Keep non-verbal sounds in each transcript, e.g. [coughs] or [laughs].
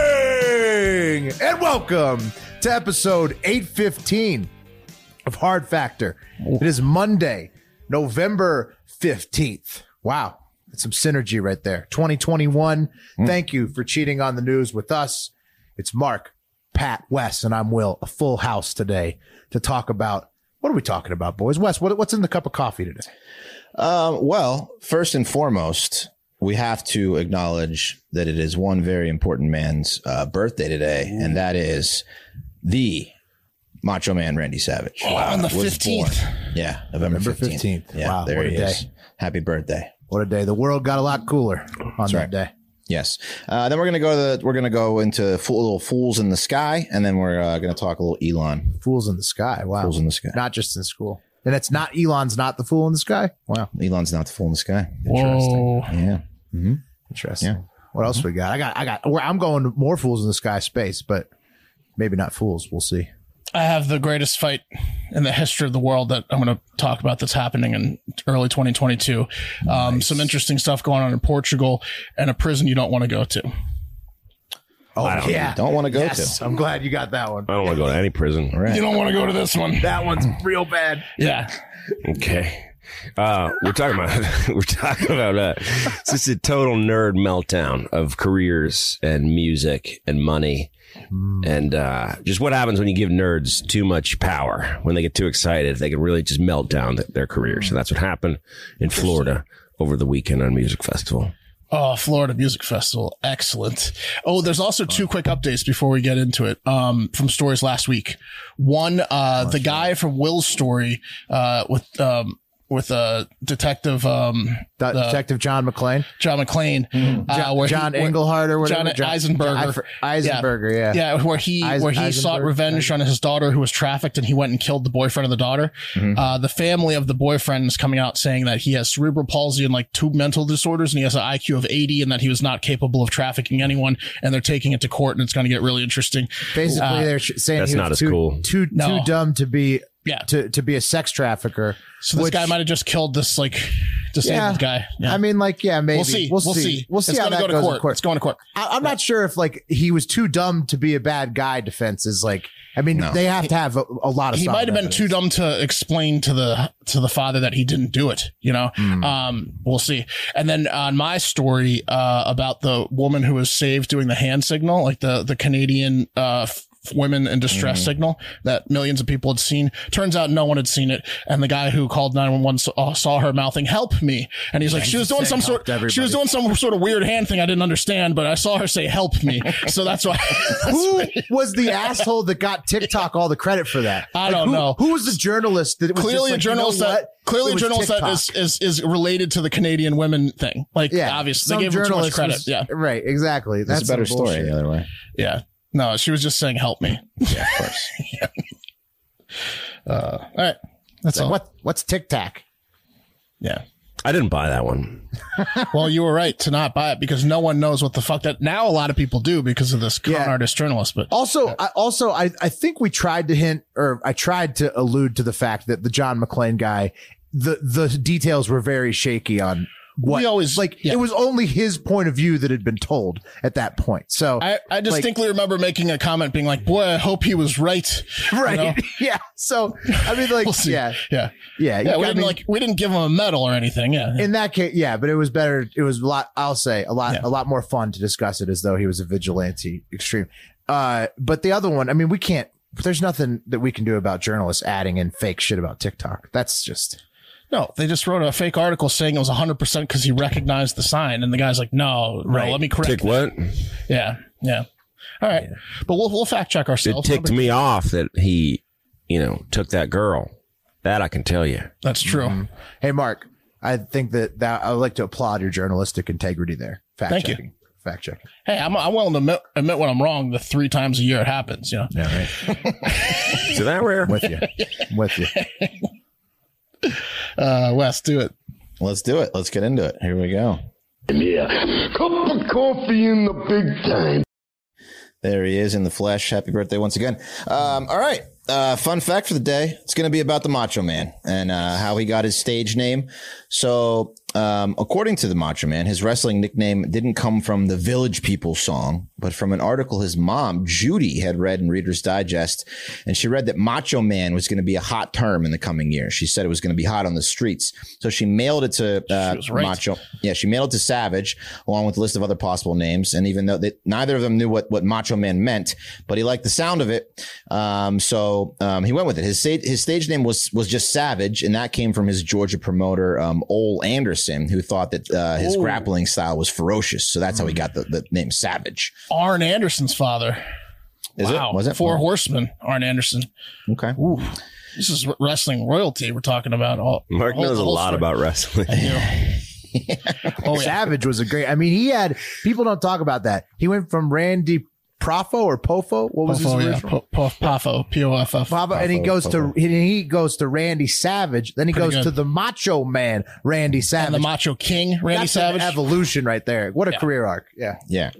morning and welcome to episode 815 of Hard Factor. It is Monday, November 15th. Wow. That's some synergy right there. 2021. Mm. Thank you for cheating on the news with us. It's Mark, Pat, Wes, and I'm Will, a full house today to talk about what are we talking about, boys? Wes, what, what's in the cup of coffee today? Um, well, first and foremost, we have to acknowledge that it is one very important man's uh, birthday today, and that is the Macho Man Randy Oh, Savage. on the was 15th. born- Yeah, November November fifteenth. 15th. Yeah, Wow, there what a he is. day. Happy birthday. What a day. The world got a lot cooler on that right. day. Yes. Uh, then we're gonna go to the, we're gonna go into fool, little fools in the sky, and then we're uh, gonna talk a little Elon Fools in the sky. Wow. fools in the sky. not just in school. And it's not Elon's not the fool in the sky. Wow, Elon's not the fool in the sky. Whoa. Yeah. interesting. Yeah. What else we got? I got, I got. Well, I'm going to more fools in the sky space, but maybe not fools. We'll see. I have the greatest fight in the history of the world that I'm going to talk about that's happening in early 2022. Um, Some interesting stuff going on in Portugal and a prison you don't want to go to. Oh yeah, Don't want to go yes. I'm glad you got that one. I don't want to go to any prison. to. All right. You don't want to go to this one. That [laughs] one's real bad. Yeah. Okay. Uh, we're talking about [laughs] we're talking about uh, it's just a total nerd meltdown of careers and music and money and uh, just what happens when you give nerds too much power when they get too excited they can really just melt down th- their careers and that's what happened in Florida over the weekend on music festival. Oh, Florida Music Festival. Excellent. Oh, there's also two quick updates before we get into it um, from stories last week. One, uh, the guy from Will's story uh, with um, with uh, Detective um, De- Detective John McClane, John McClane. uh, where he- Hmm. John where- Englehart, or whatever. John Eisenberger. I fr- Eisenberger. Yeah. Yeah, where he Eis- where he Eisenberg- sought revenge on his daughter who was trafficked, and he went and killed the boyfriend of the daughter. Mm-hmm. Uh, the family of the boyfriend is coming out saying that he has cerebral palsy and like two mental disorders, and he has an IQ of eighty, and that he was not capable of trafficking anyone. And they're taking it to court, and it's going to get really interesting. Basically, Uh, they're sh- saying That's he was not as too cool. too, No. too dumb to be Yeah. to, to be a sex trafficker. So this which- guy might have just killed this like disabled guy. Yeah. I mean, like, yeah, maybe we'll see. We'll, see. We'll see It's how gonna that go to goes in court. It's going to court. I, I'm not sure if like he was too dumb to be a bad guy. Defense is like, I mean, No. they have to have a, a lot of. he solid might have been evidence. too dumb to explain to the to the father that he didn't do it you know Hmm. um we'll see and then on my story uh about the woman who was saved doing the hand signal like the the canadian uh f- women in distress Hmm. signal that millions of people had seen turns out no one had seen it and the guy who called 911 saw, uh, saw her mouthing help me and he's like she was doing some sort she was doing some sort of weird hand thing i didn't understand but i saw her say [laughs] help me so that's why Who [laughs] was the asshole that got TikTok all the credit for that? I Like, don't who, know. Who was the journalist that was clearly just like, a you know journalist what? that clearly It a was journalist TikTok. that is, is is related to the Canadian women thing. Like yeah, obviously some they gave him too much journalist credit. was- yeah, right. Exactly. That's That's a better some story bullshit. the other way. yeah. No, she was just saying [laughs] help me. Yeah, of course. [laughs] Uh, All right. That's all. What what's TikTok? Yeah. I didn't buy that one. Well, you were right to not buy it because no one knows what the fuck that now a lot of people do because of this con Yeah. artist journalist, but Also, I, also, I, I think we tried to hint, or I tried to allude to the fact that the John McClane guy, the the details were very shaky on what We always- like. yeah. It was only his point of view that had been told at that point. So I, I distinctly remember making a comment being like, boy, I hope he was right. [laughs] You right, know? [laughs] yeah. So I mean, like, We'll see. yeah, Yeah. yeah, Yeah. We I didn't mean, like, we didn't give him a medal or anything. Yeah. in that case, yeah, but it was better. It was a lot. I'll say a lot, Yeah. a lot more fun to discuss it as though he was a vigilante extreme. Uh, but the other one, I mean, we can't. There's nothing that we can do about journalists adding in fake shit about TikTok. That's just No, they just wrote a fake article saying it was 100% because he recognized the sign. And the guy's like, no, no, Right. let me correct Tick what? Yeah, yeah. All right, but we'll we'll fact check It ourselves. ticked me off that he, you know, took that girl. That I can tell you. That's true. Hey, Mark, I think that, that I would like to applaud your journalistic integrity there. Fact Thank you. checking. Fact checking. Hey, I'm I'm willing to admit, admit when I'm wrong. The three times a year it happens, you know. Yeah, right. Is it that rare? [laughs] With you. With you. Uh, Wes, do it. Let's do it. Let's get into it. Here we go. Yeah. Cup of coffee in the big time. There he is in the flesh. Happy birthday once again. Um, all right. Uh, fun fact for the day. It's going to be about the Macho Man and uh, how he got his stage name. So, um, according to the Macho Man, his wrestling nickname didn't come from the Village People song, but from an article his mom, Judy, had read in Reader's Digest. And she read that Macho Man was going to be a hot term in the coming year. She said it was going to be hot on the streets. So she mailed it to uh, was right. Macho. Yeah, she mailed it to Savage along with a list of other possible names. And even though they, neither of them knew what, what Macho Man meant, but he liked the sound of it. Um, so um, he went with it. His, sta- his stage name was was just Savage, and that came from his Georgia promoter, um, Ole Anderson, who thought that uh, his grappling style was ferocious. So that's how he got the, the name Savage. Arn Anderson's father. Is wow, it? Was it? Oh, Mm. four horsemen? Arn Anderson. Okay. This is wrestling royalty we're talking about. All Mark whole- knows a whole lot story. [laughs] about wrestling. Oh yeah, Savage was a great. I mean, he had people don't talk about that. He went from Randy Profo or Pofo. What was Poffo, his yeah. original? Po- Po- Poffo, P O F F. Papa, and he goes to and he goes to Randy Savage. Then he Pretty goes good. to the Macho Man, Randy And Savage. the Macho King, Randy That's Savage. an evolution right there. What a career arc. Yeah. Yeah.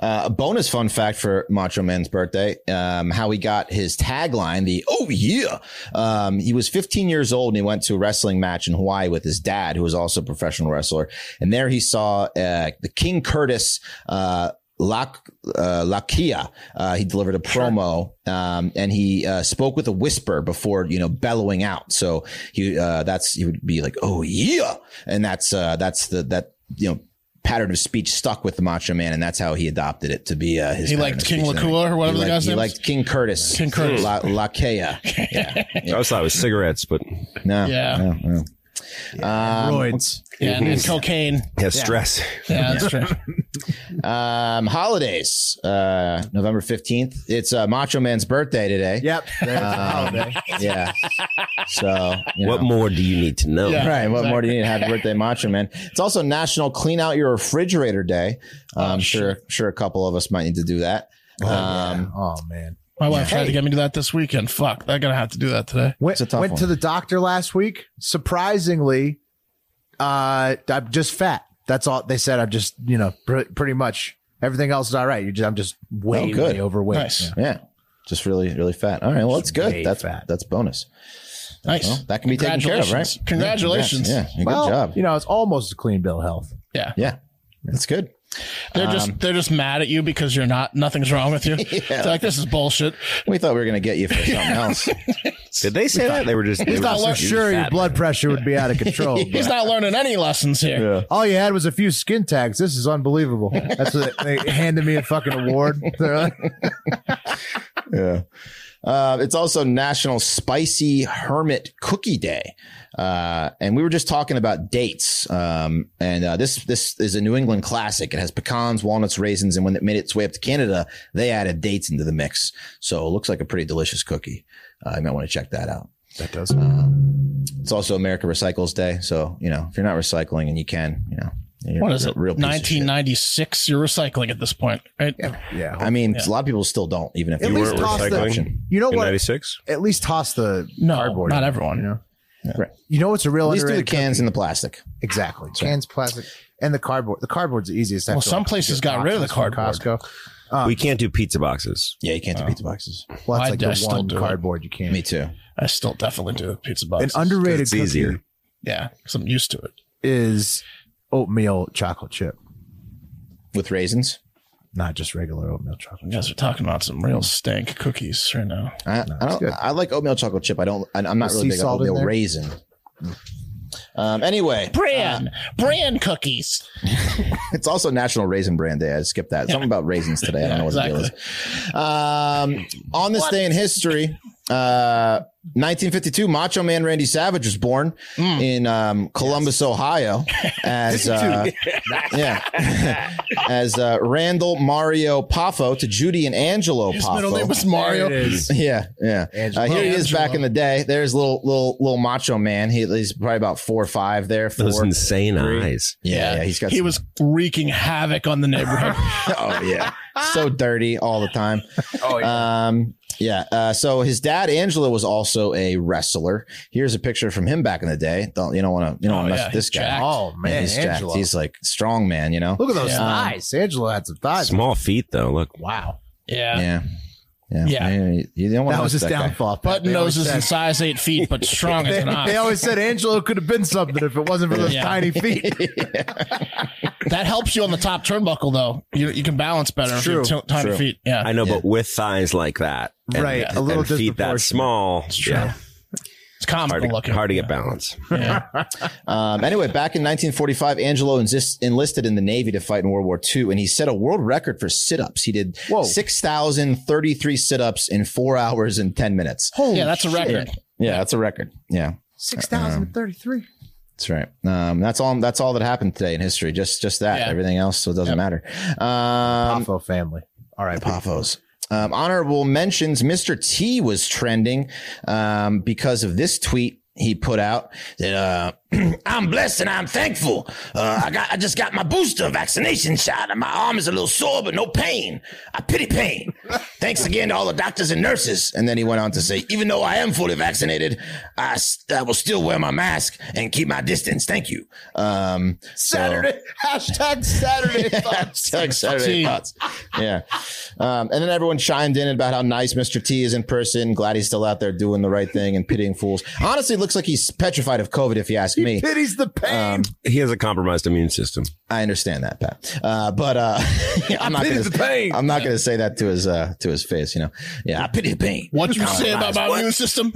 Uh, a bonus fun fact for Macho Man's birthday: um, how he got his tagline, the "Oh yeah." Um, he was 15 years old and he went to a wrestling match in Hawaii with his dad, who was also a professional wrestler. And there he saw uh, the King Curtis. Uh, Lak, uh, Lakia, uh, he delivered a promo, um, and he, uh, spoke with a whisper before, you know, bellowing out. So he, uh, that's, he would be like, Oh yeah. And that's, uh, that's the, that, you know, pattern of speech stuck with the Macho Man, and that's how he adopted it to be uh, his. He pattern liked of King speech. Lakua or whatever he the liked, guy's he name liked King Curtis. King Curtis. La, [laughs] Lakea. Yeah. I always thought it was cigarettes, but No. Yeah. No, no. Um, Roids. yeah, and, and cocaine. [laughs] yeah, stress. Yeah, that's true. um, holidays. Uh, November fifteenth. It's uh, Macho Man's birthday today. [laughs] Yep. Um, Oh, There's a holiday. Yeah. So you Oh, What know. more do you need to know? Yeah. Right. What more do you need? Happy birthday, Macho Man. It's also National Clean Out Your Refrigerator Day. Oh, I'm sure, sure a couple of us might need to do that. um, Oh man. My wife tried Hey. to get me to that this weekend. Fuck, I'm gonna have to do that today. Went, It's a tough went to one. the doctor last week. Surprisingly, uh, I'm just fat. That's all they said. I'm just, you know, pr- pretty much everything else is all right. You're just, I'm just way, Oh, good. way overweight. Nice. Yeah. Yeah. Just really, really fat. All right. Well, that's way good. That's fat. That's bonus. Nice. Well, that can be taken care of, right? Congratulations. Congratulations. Yeah. yeah. Good Well, job. you know, it's almost a clean bill of health. Yeah. Yeah. Um, That's good. They're just they're just mad at you because you're not nothing's wrong [laughs] with you. They're like this is bullshit. We thought we were going to get you for something else. Did they say that? They were just. They were thought just we're just Sure, your fat. blood pressure would be out of control. [laughs] He's but not learning any lessons here. all you had was a few skin tags. This is unbelievable. That's what they handed me a fucking award. They're like, yeah. Uh, it's also National Spicy Hermit Cookie Day, uh, and we were just talking about dates. Um, and uh, this this is a New England classic. It has pecans, walnuts, raisins, and when it made its way up to Canada, they added dates into the mix. So it looks like a pretty delicious cookie. Uh, you might want to check that out. that does. It's also America Recycles Day, so you know if you're not recycling and you can, you know, you're What is a it? Real piece of shit. 1996. You're recycling at this point, right? Yeah. I mean, a lot of people still don't, even if At you least weren't toss the. recycling. You know In what? '96. At least toss the No, cardboard. not everyone. You know. Right. You know what's a real At least do the underrated cans and the plastic. Exactly. Cans, plastic, and the cardboard. The cardboard's the easiest. I Well, feel some like. places Get got rid of the boxes from cardboard. Costco. we can't do pizza boxes. Yeah, you can't Oh. do pizza boxes. Well, that's I- like I the still one do it. cardboard you can't. Me too. I still definitely do the pizza An box. underrated It's cookie easier. yeah, because I'm used to it. is oatmeal chocolate chip, With raisins. not just regular oatmeal chocolate. You guys are talking about some real stank cookies right now. I, I don't. good. I like oatmeal chocolate chip. I don't. I, I'm not With sea really big on salt in oatmeal there? raisin. Um, anyway, Bran, bran cookies. it's also National Raisin Brand Day. I skipped that. Something about raisins today. I don't know what exactly. the deal is. Um, on this day in history, Uh, 1952, Macho Man Randy Savage was born Mm. in um, Columbus, [laughs] Ohio, as uh, yeah, [laughs] as uh, Randall Mario Poffo to Judy and Angelo His Poffo. middle name was Mario. There it is. Yeah, yeah. Angelo. Uh, here he is Angelo. back in the day. There's little little little macho man. He, he's probably about four or five there. Four. Those insane eyes. yeah, yeah, he's got. He some- was wreaking havoc on [laughs] the neighborhood. oh yeah, so dirty all the time. Oh yeah. Um, yeah. Uh, so his dad Angelo was also a wrestler. Here's a picture from him back in the day. Don't you don't want to you don't Oh, want to mess yeah, with this he's guy? jacked. Oh Yeah, man, he's Angelo. jacked. He's like strong man. You know. Look at those Yeah. thighs. Angelo had some thighs. Small feet though. Look, Wow. yeah. Yeah. Yeah. Yeah. You- You don't want That to was his that guy. downfall. Pat. Button They always noses said- and size eight [laughs] feet, but strong as They, an they ox. always said Angelo could have been something if it wasn't for those [laughs] Yeah. tiny feet. That helps you on the top turnbuckle, though. You, you can balance better. if you have True. t- tiny True. feet. Yeah. I know, but with thighs like that, Right, and- a little and feet that disproportionate. small, It's true. yeah, It's comical hard to, looking. hard to get balance. Yeah. Um, anyway, back in 1945, Angelo insist, enlisted in the Navy to fight in World War II, and he set a world record for sit-ups. He did Whoa. 6,033 sit-ups in four hours and 10 minutes. yeah, that's a record. Yeah, that's a record. Yeah, Six thousand thirty-three. that's right. Um, that's all. That's all that happened today in history. Just, just that. Yeah. Everything else so it doesn't matter. Um, Poffo family. All right, Paphos. Um, honorable mentions: Mr. T was trending um, because of this tweet he put out that uh, [clears throat] I'm blessed and I'm thankful. Uh, I got I just got my booster vaccination shot and my arm is a little sore but no pain. I pity pain. Thanks again to all the doctors and nurses. And then he went on to say, even though I am fully vaccinated, I, s- I will still wear my mask and keep my distance. Thank you. Um, so- Saturday hashtag [laughs] Saturday thoughts. Hashtag Saturday T. Thoughts. Yeah. Um, and then everyone chimed in about how nice Mr. T is in person. Glad he's still out there doing the right thing and pitying fools. Honestly, it looks like he's petrified of COVID, if you [laughs] ask me. Pities the pain. He has a compromised immune system. I understand that, Pat. Uh, but uh, [laughs] I'm not pity gonna, the pain. I'm not gonna say that to his uh, to his face, you know. Yeah, I pity the pain. What you say about my [laughs] immune system?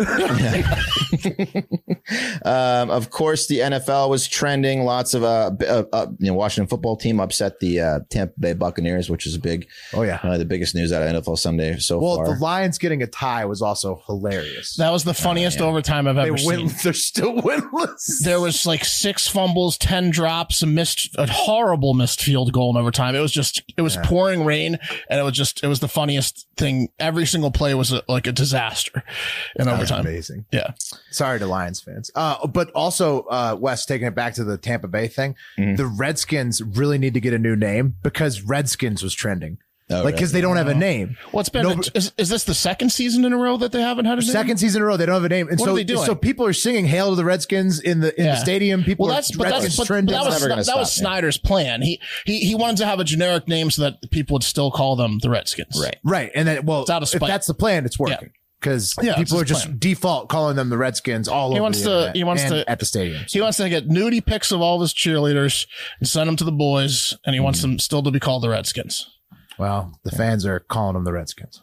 Um, of course, the NFL was trending. Lots of uh, b- uh, uh, you know, Washington football team upset the uh, Tampa Bay Buccaneers, which is big. Oh yeah. Probably the biggest news out of NFL Sunday so Well, far. the Lions getting a tie was also hilarious. That was the funniest overtime I've they ever win. seen. [laughs] They're still winless. There was like six fumbles, ten drops, a missed, a horrible missed field goal in overtime. It was just, it was pouring rain, and it was just, it was the funniest thing. Every single play was a, like a disaster in That was overtime. amazing. Yeah, Sorry to Lions fans. Uh, but also, uh, Wes, taking it back to the Tampa Bay thing, Mm-hmm. the Redskins really need to get a new name because Redskins was trending. Oh, like, because they don't have a name. what's been? No, a- but- is, is this the second season in a row that they haven't had a name? Second season in a row, they don't have a name. And What so, are they doing? so people are singing Hail to the Redskins in the in Yeah. the stadium. People Well, are that's but that's Redskins but, but trending. that It's was never that, gonna was stop, yeah. Snyder's plan. He he he wanted to have a generic name so that people would still call them the Redskins. Right. Right. And then, well, It's out of if spite. that's the plan, it's working. Because Yeah, it's people his are just plan. default calling them the Redskins all He over wants the to- internet he wants and to- at the stadiums. He wants to get nudie pics of all of his cheerleaders and send them to the boys, and he wants them still to be called the Redskins. Well, the fans are calling them the Redskins.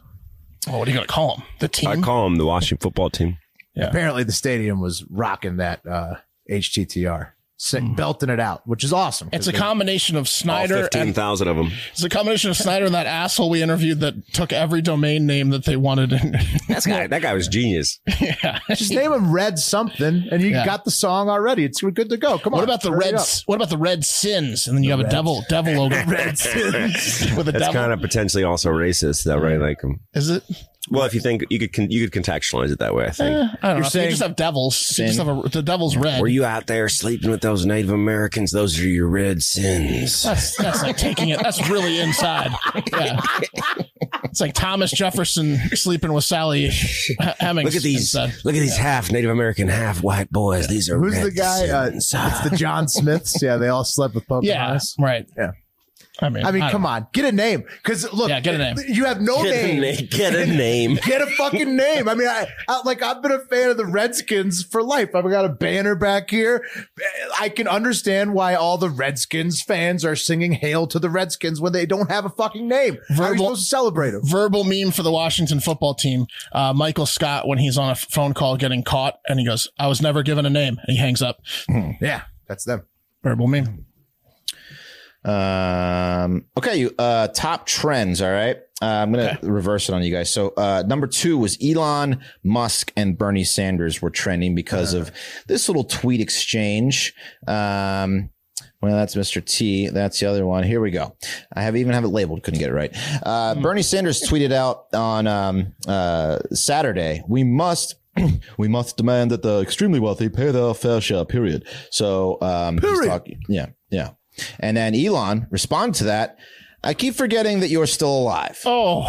Well, what are you going to call them? The I team? call him the Washington football team. Yeah. Apparently, the stadium was rocking that uh, HTTR, sit- belting it out, which is awesome. Hmm. it's a They- combination of All Snyder fifteen and thousand of them. it's a combination of Snyder and that asshole we interviewed that took every domain name that they wanted. And [laughs] That's guy. That guy was genius. yeah. Just name them Red something, and you Yeah. got the song already. It's we're good to go. Come on. What about the hurry red? up. What about the red sins? And then you have a devil, devil [laughs] logo. red sins with a devil. That's Mm-hmm. kind of potentially also racist, though, right? Like, um, Is it? well, if you think you could con- you could contextualize it that way, I think. Eh, I don't know. If saying- you just have devils. if You just have a, the devil's red. Were you out there sleeping with those Native Americans? Those are your red sins. That's that's like taking it. That's really inside. Yeah. It's like Thomas Jefferson sleeping with Sally H- Hemings. Look at these. inside. Look at these half Native American, half white boys. These are Who's red the guy? Uh, sins. it's the [laughs] John Smiths. Yeah, they all slept with Yeah. Pocahontas. Right. Yeah. I mean, I mean, don't come know. on, get a name. Because look, Yeah, get a name. You have no Ah. Get a name. na- get [laughs] a name. Get a fucking name. I mean, I, I like I've been a fan of the Redskins for life. I've got a banner back here. I can understand why all the Redskins fans are singing "Hail to the Redskins" when they don't have a fucking name. How are you Verbal- supposed to celebrate them? Verbal meme for the Washington football team. Uh, Michael Scott, when he's on a f- phone call getting caught, and he goes, "I was never given a name," and he hangs up. Yeah, that's them. Verbal meme. Um, okay, you, uh, top trends. All right. Uh, I'm going to reverse it on you guys. So, uh, number two was Elon Musk and Bernie Sanders were trending because of this little tweet exchange. Um, well, that's Mr. T. That's the other one. Here we go. I have even have it labeled. Couldn't get it right. Uh, Hmm. Bernie Sanders tweeted out on um, uh, Saturday, "We must, [clears throat] we must demand that the extremely wealthy pay their fair share." Period. So, um, he's talk- yeah, yeah. And then Elon responded to that. I keep forgetting that you're still alive. Oh,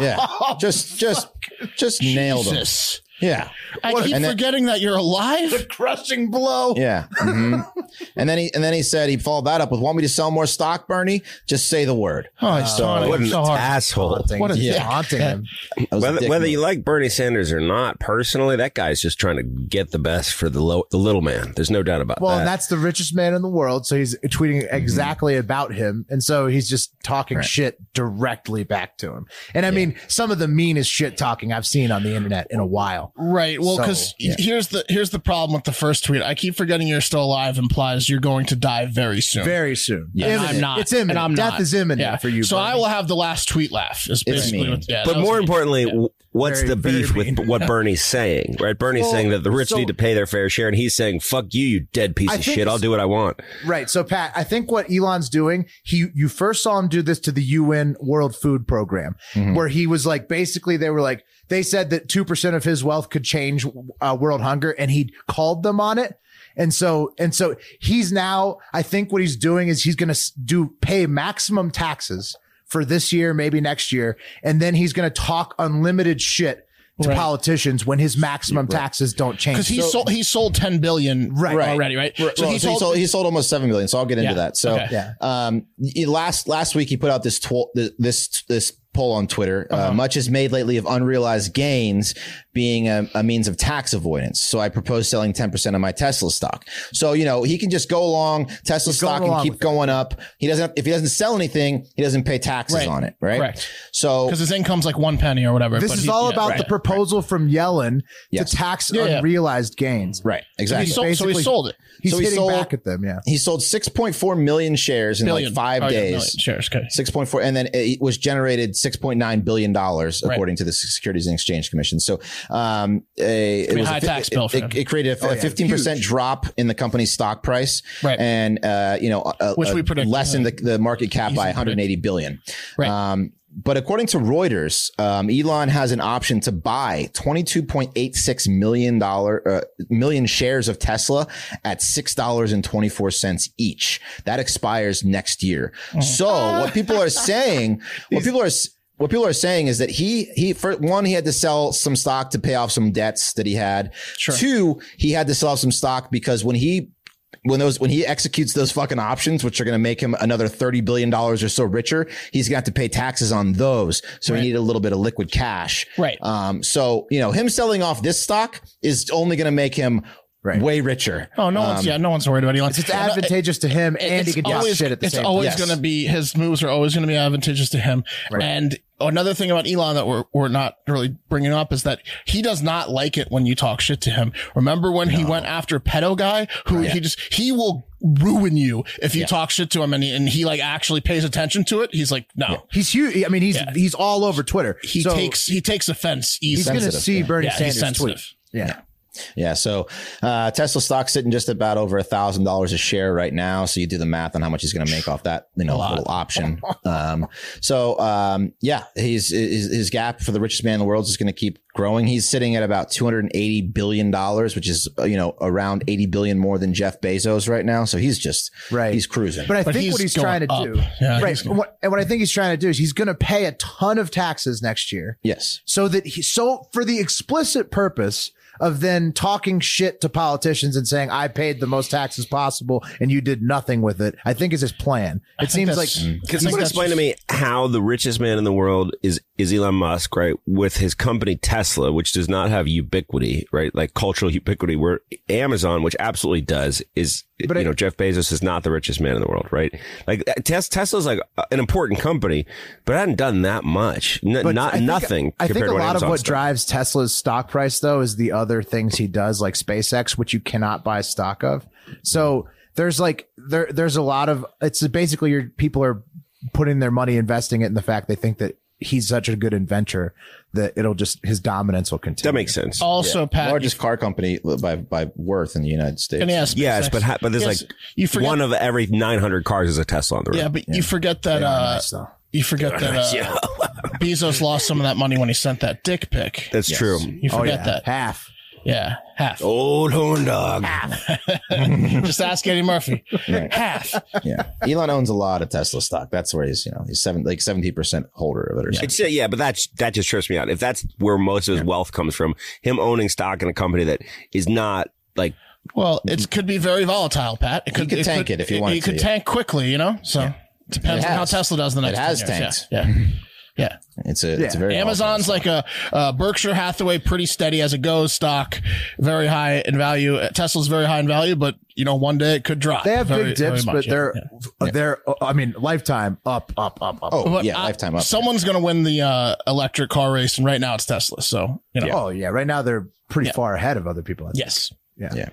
[laughs] Yeah, just, just, just nailed him. Jesus. Yeah. I keep and then- forgetting that you're Uh, alive. [laughs] Crushing blow. Yeah. mhm. and then he and then he said he followed that up with want me to sell more stock, Bernie? Just say the word. Oh, it's So- I'm What an so hard. asshole. What a Yeah. haunting him. That was a Whether, dick whether move. you like Bernie Sanders or not, personally, that guy's just trying to get the best for the, low, the little man. There's no doubt about Well, that. and that's the richest man in the world, so he's tweeting exactly about him, and so he's just talking shit directly back to him. And I mean, some of the meanest shit talking I've seen on the internet in a while. Right. Well, So, because yeah. here's the here's the problem with the first tweet. I keep forgetting you're still alive implies you're going to die very soon. Very soon, Yeah. and Imminent. I'm not. It's imminent. And I'm Death not. is imminent Yeah. for you. So Bernie. I will have the last tweet laugh. Is basically mean. what, yeah, but that was more mean. importantly, w what's the Very, beef very with what Bernie's saying? Right, Bernie's Well, saying that the rich so- need to pay their fair share, and he's saying, "Fuck you, you dead piece I of think shit. I'll it's- do what I want." Right. So Pat, I think what Elon's doing, he you first saw him do this to the UN World Food Program, Mm-hmm. where he was like basically they were like they said that two percent of his wealth could change uh, world hunger, and he called them on it. And so and so he's now I think what he's doing is he's going to do pay maximum taxes for this year, maybe next year, and then he's going to talk unlimited shit to Right. politicians when his maximum taxes don't change. because he sold he sold ten billion Right. already right. So, he, sold, he sold almost seven billion. So I'll get into Yeah. that. So Okay. Yeah. um, he- last last week he put out this tw- this this poll on Twitter. uh Uh-huh. much is made lately of unrealized gains being a, a means of tax avoidance. So I propose selling ten percent of my Tesla stock. So you know he can just go along Tesla going stock and along keep with it. going up. He doesn't if he doesn't sell anything, he doesn't pay taxes Right. on it. Right. Correct. So because his income's like one penny or whatever. This but is he- all yeah, about right. the proposal from Yellen Yes. to tax Yeah, yeah. unrealized gains. right exactly. He sold, so he basically- sold it. He's So he hitting sold- back at them. Yeah. he sold 6.4 million shares in Billion like five Oh, yeah, days. million shares. Okay. 6.4 and then it was generated 6.9 billion dollars according to the securities and exchange commission so um a, it mean, was a high fi- tax it- bill for them. it, it created a, Oh, a yeah. 15% Huge. drop in the company's stock price Right. and uh you know a, Which a- we predict- uh, lessened the, the market cap by easy to 180 billion Right. um but according to Reuters, um, Elon has an option to buy 22.86 million dollar uh, million shares of Tesla at six dollars and 24 cents each. That expires next year. Oh. So what people are [laughs] saying, what people are s- what people are saying is that he he for one he had to sell some stock to pay off some debts that he had. Sure. Two, he had to sell some stock because when he when those when he executes those fucking options, which are going to make him another thirty billion dollars or so richer, he's going to have to pay taxes on those. So he needed a little bit of liquid cash. Right. Um. So you know, him selling off this stock is only going to make him Right. way richer. Oh no one's yeah no one's worried about Elon. Um, It's advantageous to him and he It's can talk always- shit at the it's same time. always Yes. going to be his moves are always going to be advantageous to him. And another thing about Elon that we're, we're not really bringing up is that he does not like it when you talk shit to him. Remember when he went after pedo guy who he just he will ruin you if you talk shit to him and he, and he like actually pays attention to it. He's like no. He's huge. I mean, he's he's all over Twitter. He So takes he takes offense He's easily. going to sensitive, see yeah. Bernie Yeah, he's Sanders tweet. sensitive. Yeah. Yeah. So uh, Tesla stock sitting just about over a thousand dollars a share right now. So you do the math on how much he's going to make off that, you know, little [laughs] option. Um, so um, yeah, he's, his his gap for the richest man in the world is going to keep growing. He's sitting at about two hundred and eighty billion dollars, which is uh, you know around eighty billion more than Jeff Bezos right now. So he's just Right. He's cruising. But I But think he's what he's going trying to up. do, Yeah, right? he's- and what- and what I think he's trying to do is he's going to pay a ton of taxes next year. yes. so that he so for the explicit purpose of then talking shit to politicians and saying I paid the most taxes possible and you did nothing with it. I think is his plan. It seems like that's- Can someone explain to me how the richest man in the world is is Elon Musk, right? With his company Tesla, which does not have ubiquity, right? Like cultural ubiquity, where Amazon, which absolutely does, is But you it- know Jeff Bezos is not the richest man in the world, right? Like Tes- Tesla's like uh, an important company, but hadn't done that much, N- but not I think- nothing. I think a compared to what lot of Amazon's what done. drives Tesla's stock price though is the other things he does like SpaceX which you cannot buy stock of. So there's like there there's a lot of it's basically your people are putting their money investing it in the fact they think that he's such a good inventor that it'll just his dominance will continue. That makes sense. Also, Pat, largest car company by by worth in the United States. and yeah, SpaceX. yes, but ha- but there's Yes, like you forget, one of every 900 cars is a Tesla on the road. yeah, but you forget that uh, Nice, though. you forget that [laughs] uh, Bezos lost some of that money when he sent that dick pic. That's true. You Oh forget yeah, that, half. yeah, half. Oh. Old horn dog. [laughs] Just ask [laughs] Eddie Murphy, half. Yeah. Elon owns a lot of Tesla stock. That's where he's, you know, he's seven like seventy percent holder of it or something. It's, yeah, but that's that just trips me out. If that's where most of his wealth comes from, him owning stock in a company that is not like Well, it could be very volatile, Pat. It could, could tank it if you wanted You could to, yeah. tank quickly, you know. So depends It on how has. Tesla does in the It next. has 10 years. tanked. Yeah. yeah. It's a it's a Yeah. very Amazon's like a uh, Berkshire Hathaway, pretty steady as it goes. Stock very high in value. Uh, Tesla's very high in value, but you know one day it could drop. They have very- big very dips, much, but yeah. they're they're. I mean, lifetime up, up, up, up. Oh But yeah, I- lifetime up. Someone's going to win the uh, electric car race, and right now it's Tesla. So you know, Oh yeah, right now they're pretty Yeah. far ahead of other people. I think. yes, yeah.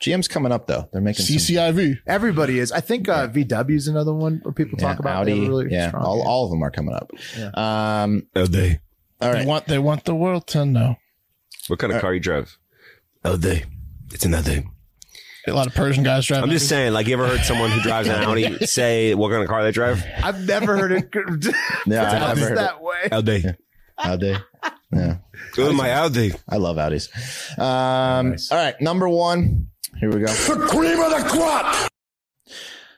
GM's coming up though. They're making some- CCIV. Everybody is. I think uh, VW is another one where people yeah, talk about. Audi. They're really yeah. strong. All, all of them are coming up. Um oh they. all They right. want they want the world to know. What kind of car you drive? Oh they. Uh, It's another. A lot of Persian guys driving. I'm just saying. Like, you ever heard someone who drives an [laughs] Audi say what kind of car they drive? I've never heard [laughs] it [laughs] Yeah, I've pronounced never heard it. that way. Audi. Audi. Yeah. Oh my Audi. I love Audis. Um all right, number one. Here we go. The cream of the crop!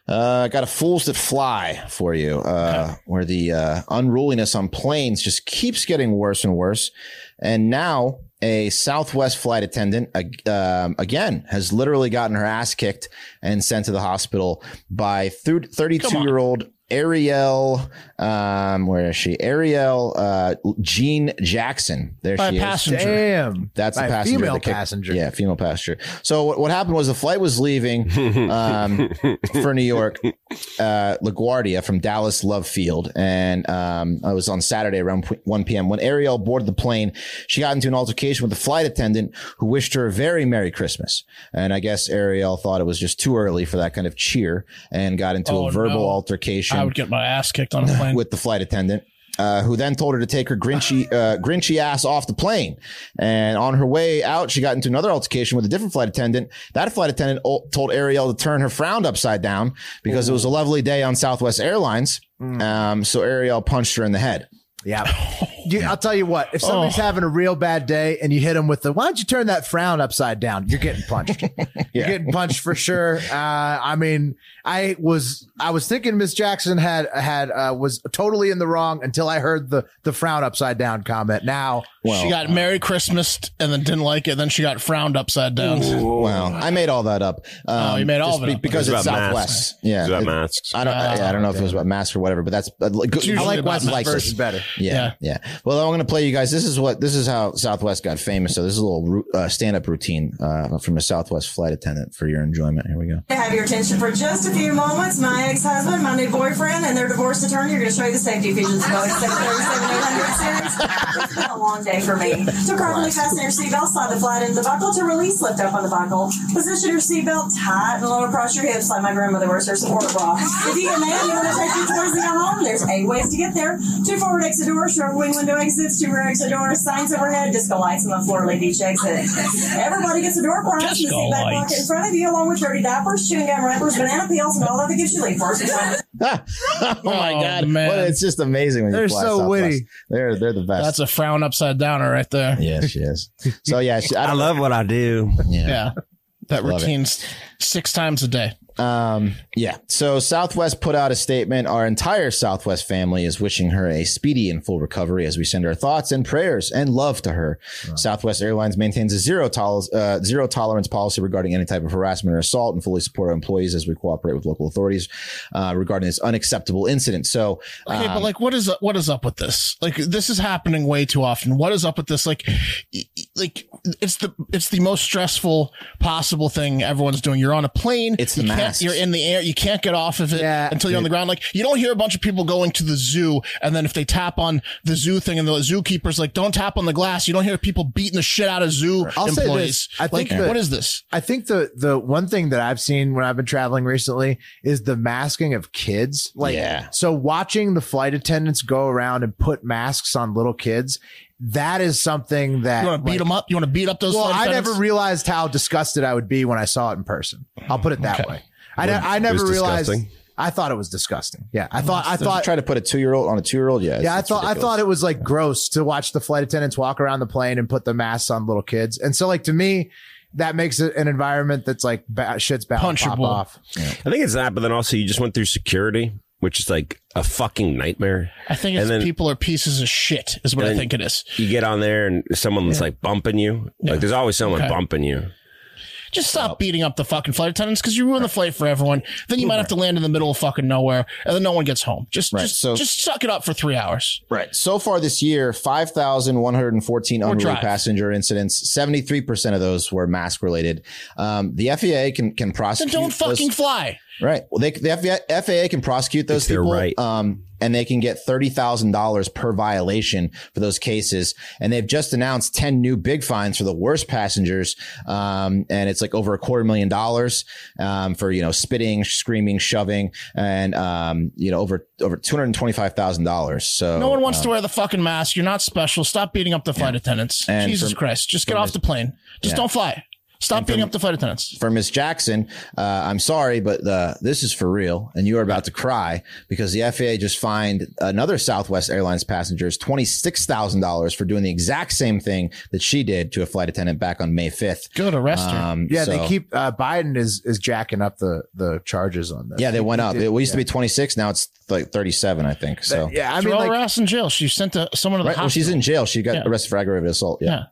Uh, got a fools that fly for you, uh, where the uh, unruliness on planes just keeps getting worse and worse. And now a Southwest flight attendant ag- um, again has literally gotten her ass kicked and sent to the hospital by thirty-two year old Ariel. Um, where is she? Ariel uh, Jean Jackson. There by she a is. passenger. Damn, That's By the a passenger. female that kicked- passenger. Yeah, female passenger. So what, what happened was the flight was [laughs] leaving um, for New York, uh, LaGuardia from Dallas Love Field, and um, I was on Saturday around p- 1 p.m. When Ariel boarded the plane, she got into an altercation with a flight attendant who wished her a very Merry Christmas. And I guess Ariel thought it was just too early for that kind of cheer and got into Oh, a verbal no. altercation I would get my ass kicked on a plane. with the flight attendant, uh, who then told her to take her grinchy, uh, grinchy ass off the plane. And on her way out, she got into another altercation with a different flight attendant. That flight attendant o- told Ariel to turn her frown upside down because it was a lovely day on Southwest Airlines. Um, so Ariel punched her in the head. Yeah. You, I'll tell you what, if Oh. somebody's having a real bad day and you hit them with the, why don't you turn that frown upside down? You're getting [laughs] punched. You're getting punched for sure. Uh, I mean, I was, I was thinking Miss Jackson had, had, uh, was totally in the wrong until I heard the, the frown upside down comment. Now, [laughs] Well, uh, she got Merry Christmas and then didn't like it. Then she got frowned upside down. well, I made all that up. Um, Oh, you made all just of it be- up. because It it's was about Southwest. Yeah. Is that It- masks? I don't. I, I don't know if it was about masks or whatever, but that's uh, like, usually I like about West masks. Lycus. first is better. Yeah, yeah. Well, I'm going to play you guys. This is what this is how Southwest got famous. So this is a little ru- uh, stand-up routine uh, from a Southwest flight attendant for your enjoyment. Here we go. [laughs] To have your attention for just a few moments, my ex-husband, my new boyfriend, and their divorce attorney are going to show you the safety features of OS 737-800 series. oh It's been a long day for me. So properly fasten your seatbelt, slide the flat end of the buckle to release, lift up on the buckle. Position your seatbelt tight and low across your hips like my grandmother wears her support bra. If you get mad, you want to take your toys and go home. There's eight ways to get there. Two forward exit doors, short wing window exits, two rear exit doors, signs overhead, disco lights on the floor, lead each exit. Everybody gets a door prize. The Disco seatback pocket lights. in front of you, along with dirty diapers, chewing gum wrappers, banana peels, and all that gives you leave first. oh my Oh, God, man. Well, it's just amazing when They're you fly so Southwest. witty. They're they're the best. That's a frown upside downer right there. yeah, she is. So yeah, she, I [laughs] I don't. love what I do. Yeah. Yeah. That Love it. routine's six times a day. Um, yeah. So Southwest put out a statement. Our entire Southwest family is wishing her a speedy and full recovery as we send our thoughts and prayers and love to her. Southwest Airlines maintains a zero tolerance, uh, zero tolerance policy regarding any type of harassment or assault and fully support our employees as we cooperate with local authorities, uh, regarding this unacceptable incident. So, Okay, um, but like, what is what is up with this? Like, this is happening way too often. What is up with this? Like, y- y- like it's the it's the most stressful possible thing everyone's doing. You're on a plane. It's you the can't- masks. You're in the air. You can't get off of it Yeah. until you're on the ground. Like you don't hear a bunch of people going to the zoo, and then if they tap on the zoo thing, and the zookeeper's like, "Don't tap on the glass." You don't hear people beating the shit out of zoo I'll say employees. this. I like, think that- what is this? I think the the one thing that I've seen when I've been traveling recently is the masking of kids. Like Yeah. so watching the flight attendants go around and put masks on little kids, that is something that You want to beat like- them up? You want to beat up those? Well, flight I attendants? never realized how disgusted I would be when I saw it in person. I'll put it that way. I, ne- I never was realized. disgusting? I thought it was disgusting. Yeah, Oh, I thought I I thought try to put a two year old on a two year old. Yeah, it's- yeah, I it's thought I ridiculous. thought it was like gross to watch the flight attendants walk around the plane and put the masks on little kids. And so, like to me, that makes it an environment that's like ba- shit's bound to pop Punchable. off. I think it's that, but then also you just went through security, which is like a fucking nightmare. I think it's And then- people are pieces of shit, is what I And- think it is. You get on there and someone's like bumping you. Like there's always someone Okay. bumping you. Just stop beating up the fucking flight attendants because you ruin the flight for everyone. Then you might have to land in the middle of fucking nowhere, and then no one gets home. Just, Right, just, so- just suck it up for three hours. Right. So far this year, 5,114 unruly drive. passenger incidents. 73% of those were mask related. Um, the FAA can, can Then prosecute. don't those- fucking fly. Right. Well, they, the FAA, FAA can prosecute those It's their people. right. Um, and they can get $30,000 per violation for those cases. And they've just announced 10 new big fines for the worst passengers. Um, and it's like over a quarter million dollars, um, for, you know, spitting, screaming, shoving, and, um, you know, over, over $225,000. So No one wants to wear the fucking mask. You're not special. Stop beating up the flight attendants. And Jesus from- Christ. Just get off the plane. Just don't fly. Stop beating up the flight attendants. for Miss Jackson, uh, I'm sorry, but uh, this is for real, and you are about to cry because the FAA just fined another Southwest Airlines passengers twenty six thousand dollars for doing the exact same thing that she did to a flight attendant back on May fifth. Good arrest her. Um, Yeah, so- they keep uh, Biden is is jacking up the the charges on this. Yeah, they went up. did- It used to be twenty six, now it's like thirty seven, I think. So yeah, I mean, Throw like, her ass in jail. She sent a, someone to Uh, the right, well, hospital. she's in jail. She got Yeah. arrested for aggravated assault. Yeah. Yeah.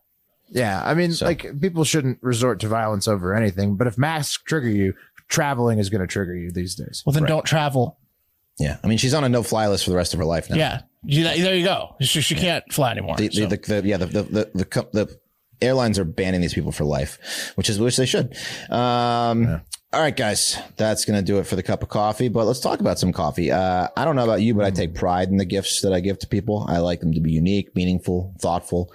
yeah, I mean, So- like people shouldn't resort to violence over anything. But if masks trigger you, traveling is going to trigger you these days. well, then don't travel. yeah. I mean, she's on a no fly list for the rest of her life now. Yeah. You- there you go. She, she can't fly anymore. the, so. the, the, the yeah the the, the the co- the airlines are banning these people for life, which is which they should. Um, All right, guys, that's gonna do it for the cup of coffee. But let's talk about some coffee. Uh, I don't know about you, but I take pride in the gifts that I give to people. I like them to be unique, meaningful, thoughtful.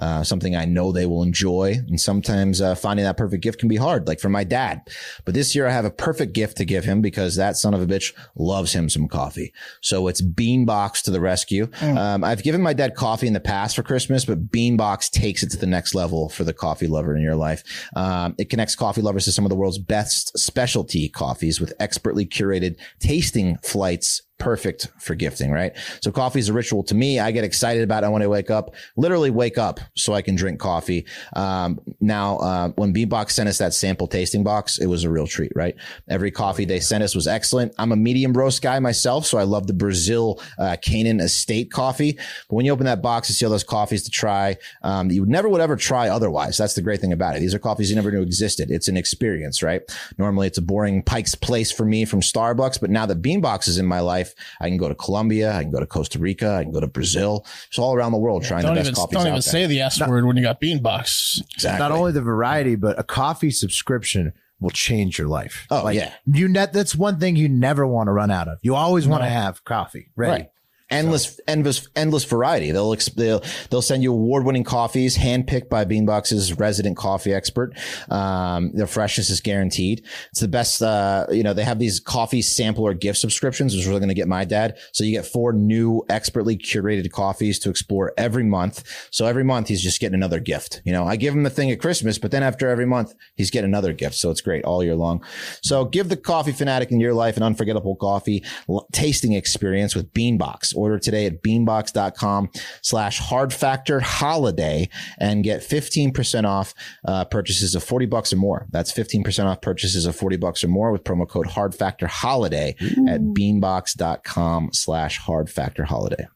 Uh, something I know they will enjoy. And sometimes uh, finding that perfect gift can be hard, like for my dad. But this year I have a perfect gift to give him because that son of a bitch loves him some coffee. So it's Beanbox to the rescue. Um, I've given my dad coffee in the past for Christmas, but Beanbox takes it to the next level for the coffee lover in your life. Um, it connects coffee lovers to some of the world's best specialty coffees with expertly curated tasting flights perfect for gifting, right? So coffee is a ritual to me. I get excited about it when I wake up, literally wake up so I can drink coffee. Um, now, uh, when Beatbox sent us that sample tasting box, it was a real treat, right? Every coffee they sent us was excellent. I'm a medium roast guy myself, so I love the Brazil uh, Canaan Estate coffee. But when you open that box and see all those coffees to try, um, that you never would ever try otherwise. That's the great thing about it. These are coffees you never knew existed. It's an experience, right? Normally it's a boring Pike's Place for me from Starbucks, but now that Beanbox is in my life, I can go to Colombia, I can go to Costa Rica, I can go to Brazil. It's all around the world trying don't the best even, coffees don't out even there. say the S word when you got beanbox. exactly. Not only the variety, but a coffee subscription will change your life. Oh, yeah. you net that's one thing you never want to run out of. You always want to have coffee ready. Right. Endless, endless, endless variety. They'll, ex- they'll they'll send you award-winning coffees, handpicked by Beanbox's resident coffee expert. Um, their freshness is guaranteed. It's the best. Uh, you know, they have these coffee sampler gift subscriptions, which we're going to get my dad. So you get four new, expertly curated coffees to explore every month. So every month he's just getting another gift. You know, I give him a thing at Christmas, but then after every month he's getting another gift. So it's great all year long. So give the coffee fanatic in your life an unforgettable coffee l- tasting experience with Beanbox. Order today at beanbox.com slash hard factor holiday and get 15% off uh, purchases of 40 bucks or more. That's 15% off purchases of 40 bucks or more with promo code hard factor holiday at beanbox.com slash hard factor holiday.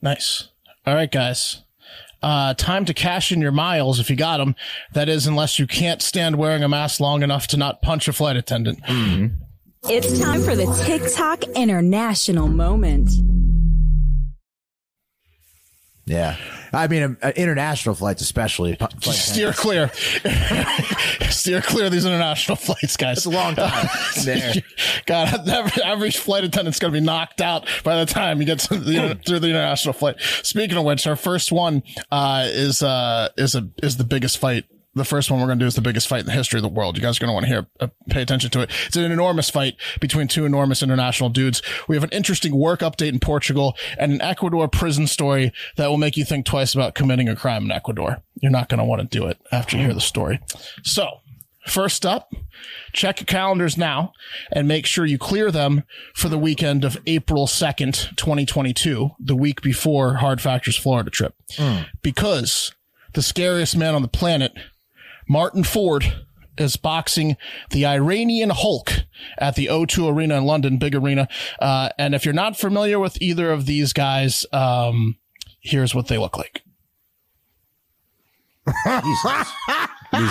Nice. All right, guys. Uh, time to cash in your miles if you got them. That is, unless you can't stand wearing a mask long enough to not punch a flight attendant. It's time for the TikTok International Moment. Yeah. I mean, uh, international flights, especially. [laughs] Steer clear. [laughs] Steer clear of these international [laughs] flights, guys. It's a [laughs] long time there. God, I've never, every flight attendant's going to be knocked out by the time you get to the, through the international flight. Speaking of which, our first one uh, is uh, is a is the biggest fight. The first one we're going to do is the biggest fight in the history of the world. You guys are going to want to hear, uh, pay attention to it. It's an enormous fight between two enormous international dudes. We have an interesting work update in Portugal and an Ecuador prison story that will make you think twice about committing a crime in Ecuador. You're not going to want to do it after you hear the story. So First up, check your calendars now and make sure you clear them for the weekend of April 2nd, 2022, the week before Hard Factors Florida trip. Because the scariest man on the planet, Martin Ford, is boxing the Iranian Hulk at the O2 Arena in London, big arena. Uh, and if you're not familiar with either of these guys, um, here's what they look like. These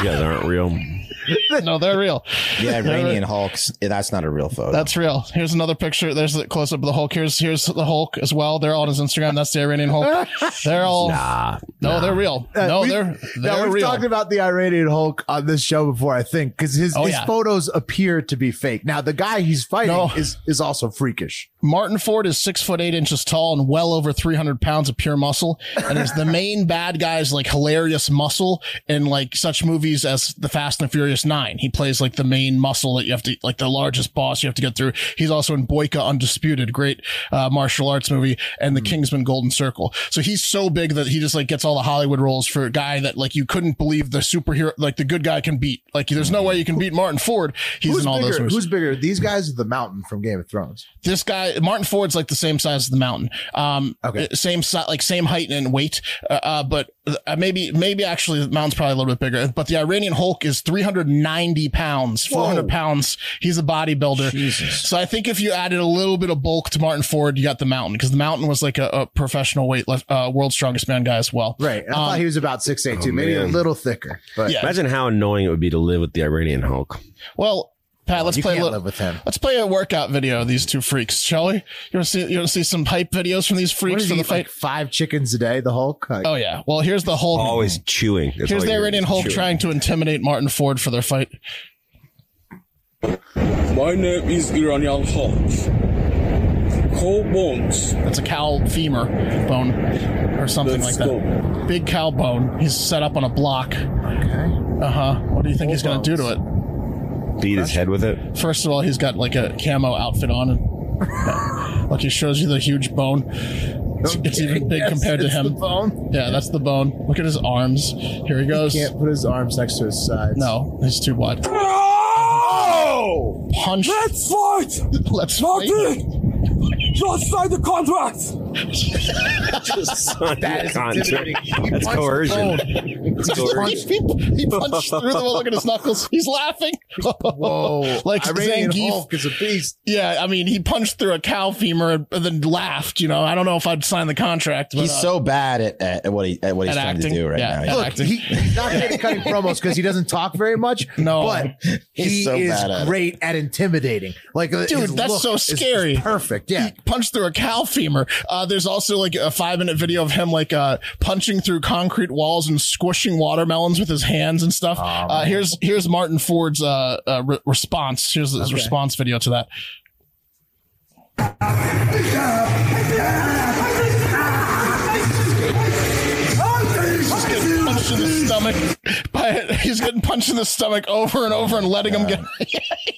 guys aren't real. No, they're real. Yeah, [laughs] Iranian Hulks. yeah, That's not a real photo. That's real. Here's another picture. There's the close up of the Hulk. Here's here's the Hulk as well. They're all on his Instagram. That's the Iranian [laughs] Hulk. They're all Nah. no, they're real. No, Uh, we- they're now they're we've real. talked about the Iranian Hulk on this show before, I think, because his, Oh, his yeah. photos appear to be fake. Now the guy he's fighting No. is is also freakish. Martin Ford is six foot eight inches tall and well over 300 pounds of pure muscle. And is [laughs] the main bad guy's like hilarious muscle in like such movies as The Fast and the Furious Nine. He plays like the main muscle that you have to, like the largest boss you have to get through. He's also in Boyka Undisputed, great uh, martial arts movie and Hmm. the Kingsman Golden Circle. So he's so big that he just like gets all the Hollywood roles for a guy that like you couldn't believe the superhero, like the good guy can beat. Like there's no way you can beat Martin Ford. He's Hmm. Who's in all those bigger? movies Who's bigger? These guys or the mountain from Game of Thrones? this guy Martin Ford's like the same size as the mountain. Um, Okay. uh, same si- like same height and weight. Uh, uh but uh, maybe maybe actually the mountain's probably a little bit bigger. But the Iranian Hulk is 390 pounds, 400 Whoa. pounds. He's a bodybuilder. So I think if you added a little bit of bulk to Martin Ford, you got the mountain because the mountain was like a, a professional weight uh, world's strongest man guy as well. Right. And I thought he was about six Oh, eight two, maybe a man. little thicker. But [laughs] Yeah. Imagine how annoying it would be to live with the Iranian Hulk. Well, Pat, let's Oh, you play a can't little. live with him. Let's play a workout video of these two freaks, shall we? You want to see? You want to see some hype videos from these What freaks does for he the eat, fight? like five chickens a day? The Hulk. Like, Oh yeah. Well, here's the Hulk. Always chewing. That's Here's all the you're Iranian Hulk chewing. trying to intimidate Martin Ford for their fight. My name is Iranian Hulk. Cold bones. That's a cow femur bone or something Let's like that. go. Big cow bone. He's set up on a block. Uh Okay. huh. What do you think he's going to do to it? Beat his [laughs] head with it. First of all, he's got like a camo outfit on and [laughs] like he shows you the huge bone. It's, it's even big compared to It's the him. bone. Yeah, that's the bone. Look at his arms. Here he goes. Can't put his arms next to his sides. no, he's too wide. No! Punch. Let's fight! Let's Not fight. it! Just sign the contract! [laughs] That is intimidating. You That's punch the coercion. It's He, coercion. he- he punched through the look at his knuckles. [laughs] He's laughing. Whoa. [laughs] Like Iranian Zangief. Hulk is a beast. Yeah, I mean, he punched through a cow femur and, and then laughed. You know, I don't know if I'd sign the contract. But, he's uh, so bad at, at what he at what he's At trying acting? to do right Yeah, now. at Yeah. Look, Oh, acting. he, he's not good at cutting promos because he doesn't talk very much. [laughs] No. but He's he so bad is at it. great at intimidating. Like, uh, Dude, his that's look so is- is scary. perfect. Yeah, he punched through a cow femur. Uh, there's also like a five minute video of him like uh, punching through concrete walls and squishing watermelons with his hands and stuff. Ah, uh, here's here's Martin Ford's uh, uh, re- response. Here's his response video to that. Getting punched in the stomach [laughs] by he's getting punched in the stomach over and over and letting him get. [laughs]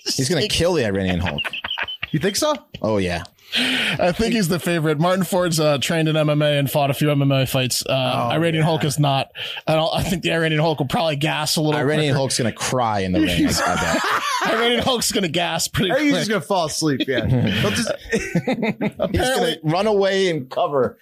He's gonna kill the Iranian Hulk. [laughs] you think so? Oh yeah. I think he's the favorite. Martin Ford's uh, trained in MMA and fought a few MMA fights. Uh, Iranian Hulk is not. I don't. I think the Iranian Hulk will probably gas a Oh, little. Iranian quicker. Hulk's gonna [laughs] cry in the ring. I, I bet. Iranian Hulk's gonna gas pretty Or quick. he's just gonna fall asleep. Yeah, He'll just- He's gonna run away and cover.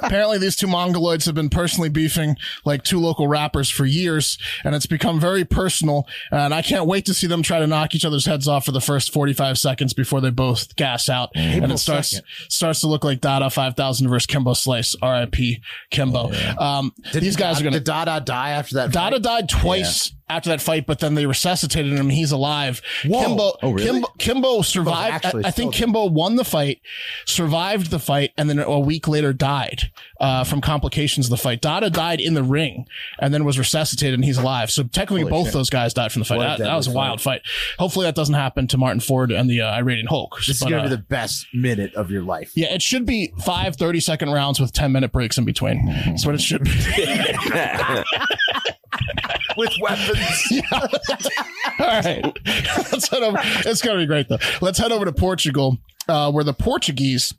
Apparently, these two mongoloids have been personally beefing like two local rappers for years, and it's become very personal. And I can't wait to see them try to knock each other's heads off for the first forty-five seconds before they both gas out, and it starts starts to look like Dada Five Thousand versus Kimbo Slice. R.I.P. Kimbo. Um, these guys are gonna [laughs] Did Dada die after that? Dada died twice after that fight, but then they resuscitated him. and He's alive. Whoa. Kimbo, Oh, really? Kimbo, Kimbo survived. actually I, I think still- Kimbo won the fight, survived the fight, and then a week later died uh, from complications of the fight. Dada died in the ring and then was resuscitated, and he's alive. So technically, both those guys died from the fight. That, that was a wild fight. Hopefully, that doesn't happen to Martin Ford and the uh, Iranian Hulk. This is But, gonna uh, be the best minute of your life. yeah, it should be five 30 second rounds with 10 minute breaks in between. That's what it should be. [laughs] With [laughs] weapons. All right. [laughs] Let's head over. It's going to be great, though. Let's head over to Portugal, uh, where the Portuguese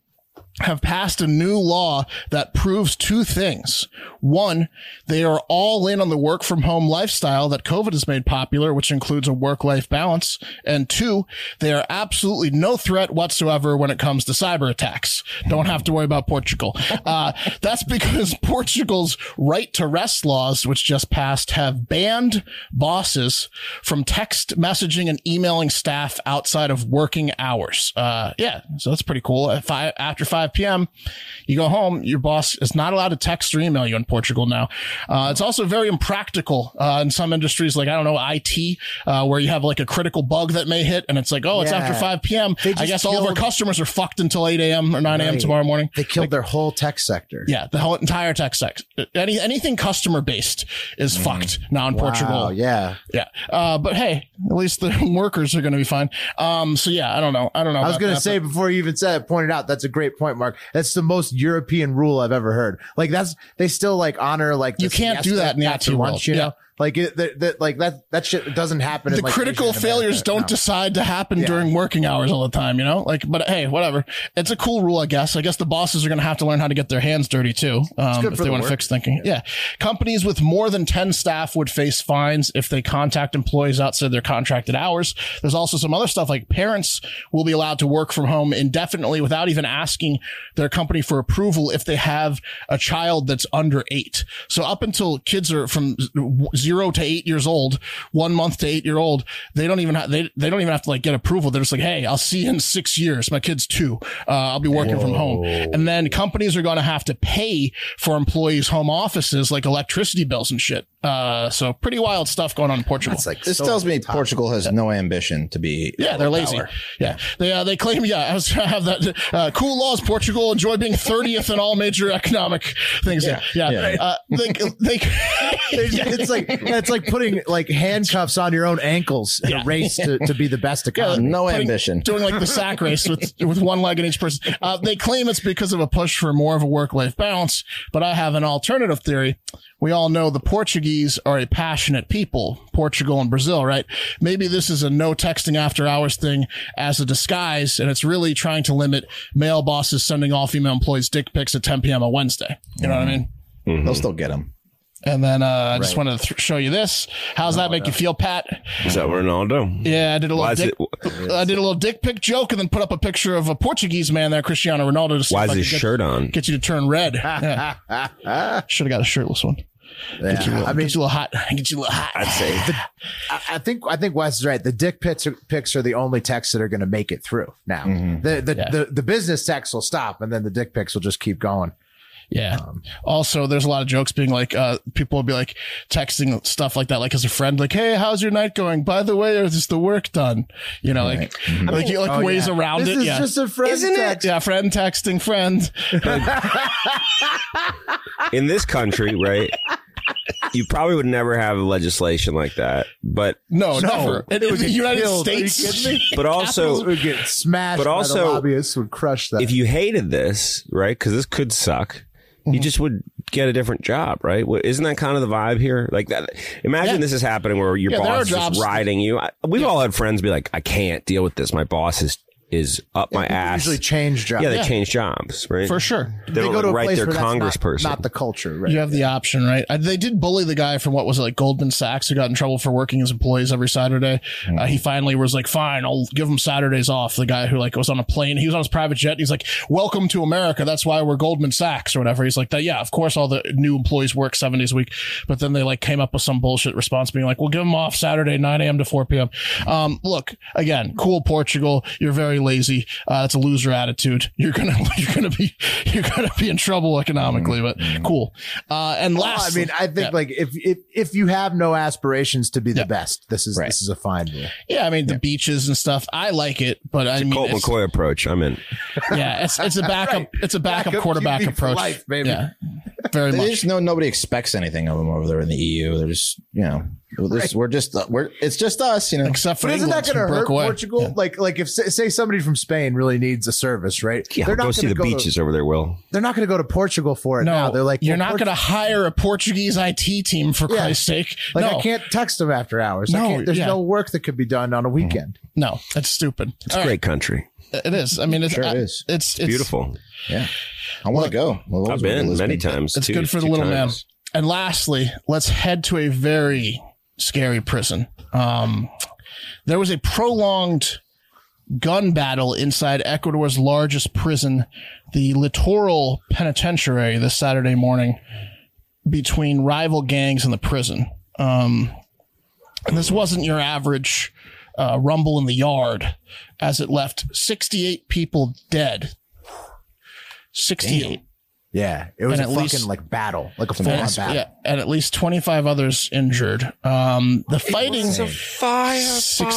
have passed a new law that proves two things. One, they are all in on the work from home lifestyle that COVID has made popular, which includes a work life balance. And two, they are absolutely no threat whatsoever when it comes to cyber attacks. Don't have to worry about Portugal. Uh, that's because [laughs] Portugal's right to rest laws, which just passed, have banned bosses from text messaging and emailing staff outside of working hours. Uh, yeah, so that's pretty cool. At five, after 5 p.m., you go home, your boss is not allowed to text or email you in Portugal now. Uh, it's also very impractical uh, in some industries, like, I don't know, IT, uh, where you have like a critical bug that may hit and it's like, oh, it's Yeah. after 5 p.m. They I just guess all of our killed- customers are fucked until 8 a.m. or 9 a.m. Right. tomorrow morning. They killed their whole tech sector. Yeah, the whole entire tech sector, any anything customer based is fucked now in Mm-hmm. Wow, Portugal. yeah. Yeah. Uh, but hey, at least the [laughs] workers are going to be fine. Um, so yeah, I don't know. I don't know. I was about going to that, say before you even said it, pointed out that's a great point, Mark. That's the most European rule I've ever heard. Like that's they still like honor like the You can't do siesta that in the after IT world. lunch, you Yeah. know. Like it, that, that, like that, that shit doesn't happen. but in, the like, critical Asia and failures America. don't No. decide to happen during working hours all the time, you know? Like, but hey, whatever. It's a cool rule, I guess. I guess the bosses are going to have to learn how to get their hands dirty too. Um, good if for they the want to work. fix thinking. Yeah. Companies with more than 10 staff would face fines if they contact employees outside their contracted hours. There's also some other stuff like parents will be allowed to work from home indefinitely without even asking their company for approval if they have a child that's under eight. So up until kids are from z- w- zero to eight years old, one month to eight year old, they don't even have, they, they don't even have to like get approval. They're just like, Hey, I'll see you in six years. My kid's two. Uh, I'll be working from home. And then companies are going to have to pay for employees' home offices, like electricity bills and shit. Uh, so pretty wild stuff going on in Portugal. It's like This so- tells me Portugal has no ambition to be. Yeah, they're lazy. Yeah, they uh, they claim. Yeah, [laughs] I was gonna have that. Uh, cool laws. Portugal enjoy being thirtieth in all major economic things. Yeah, yeah. yeah. Uh, they they It's like it's like putting like handcuffs on your own ankles in a race to, to be the best economy. No ambition. doing like the sack race with with one leg in each person. Uh, they claim it's because of a push for more of a work life balance, but I have an alternative theory. We all know the Portuguese are a passionate people, Portugal and Brazil, right? Maybe this is a no texting after hours thing as a disguise, and it's really trying to limit male bosses sending all female employees dick pics at 10 p.m. on Wednesday. You Mm. know what I mean? Mm-hmm. They'll still get them. And then uh, I just wanted to th- show you this. How's that make you feel, Pat? Is that Ronaldo? Yeah, I did a Why little is dick. I did a little dick pic joke, and then put up a picture of a Portuguese man there, Cristiano Ronaldo. To see Why if is I his could get, shirt on? Get you to turn red. Should have got a shirtless one. Get you a Yeah. little, I mean, get you a little hot. Get you a little hot. I'd say I I think I think Wes is right. The dick pics are, pics are the only texts that are going to make it through. Now the the, Mm-hmm. Yeah. the the business texts will stop, and then the dick pics will just keep going. Yeah. also, there's a lot of jokes being like, uh, people will be like texting stuff like that, like as a friend, like, "Hey, how's your night going? By the way, is the work done?" You know, like, like you like Oh, ways yeah. around this it. is yeah. just a friend Isn't it? text. Yeah, friend texting friend. in this country, right? You probably would never have legislation like that, but No, never. And it was the United killed. Are you States. kidding me? but also would get smashed. But But also, by also, the lobbyists would crush that. if you hated this, right? Because this could suck. You just would get a different job, right? What, isn't that kind of the vibe here? Like that. Imagine Yeah. this is happening where your Yeah, there are boss is jobs- just riding you. I, we've all had friends be like, "I can't deal with this. My boss is is up my ass." usually change jobs. yeah, they Yeah. change jobs, right? For sure. They, don't write where their that's not- congressperson. not, the culture. Right? You have the option, right? Uh, They did bully the guy from what was it, like Goldman Sachs, who got in trouble for working his employees every Saturday. Uh, he finally was like, "Fine, I'll give him Saturdays off." The guy who like was on a plane, he was on his private jet. He's like, "Welcome to America." That's why we're Goldman Sachs or whatever. He's like, "That yeah, of course, all the new employees work seven days a week." But then they like came up with some bullshit response, being like, "We'll give him off Saturday, nine a.m. to four p.m." Um, look again, cool Portugal. You're very lazy. Uh, that's a loser attitude. [laughs] You're gonna you're gonna be [laughs] you're gonna be in trouble economically. But cool. Uh, and Well, I last, mean, I think like if if if you have no aspirations to be the Yeah. best, this is Right. this is a fine rule. yeah, I mean the beaches and stuff. I like it, but I mean, Colt it's- McCoy approach. I'm in. yeah, it's [laughs] it's a backup. Right. It's a backup, Backup quarterback QB for approach. life, baby. Yeah, very They much. just know nobody expects anything of them over there in the EU. They're just, you know, we're, just- we're just, uh, we're, it's just us, you know. Except for But isn't England, that going who to hurt broke away. Portugal? Yeah. Like, like if say say somebody from Spain really needs a service, right? Yeah, go see gonna the go beaches To, over there, Will. they're not going to go to Portugal for it. No, now. they're like you're well, not Port- going to hire a Portuguese IT team for Yeah. Christ's sake. Like no, I can't text them after hours. I No, can't, there's yeah. Mm-hmm. no work that could be done on a weekend. no, that's stupid. It's All a right, great country. It is. I mean, it's, Sure it I- is. It's, it's Beautiful. I want to go. Well, I've been many times. times. It's two- good for the two little times. man. And lastly, let's head to a very scary prison. Um, there was a prolonged gun battle inside Ecuador's largest prison, the Littoral Penitentiary, this Saturday morning between rival gangs in the prison. Um, and this wasn't your average uh, rumble in the yard, as it left 68 people dead. 68. Yeah, it was And a at fucking least- like battle, like a full on and, battle. yeah, and at least 25 others injured. Um, the fighting. 60 [laughs]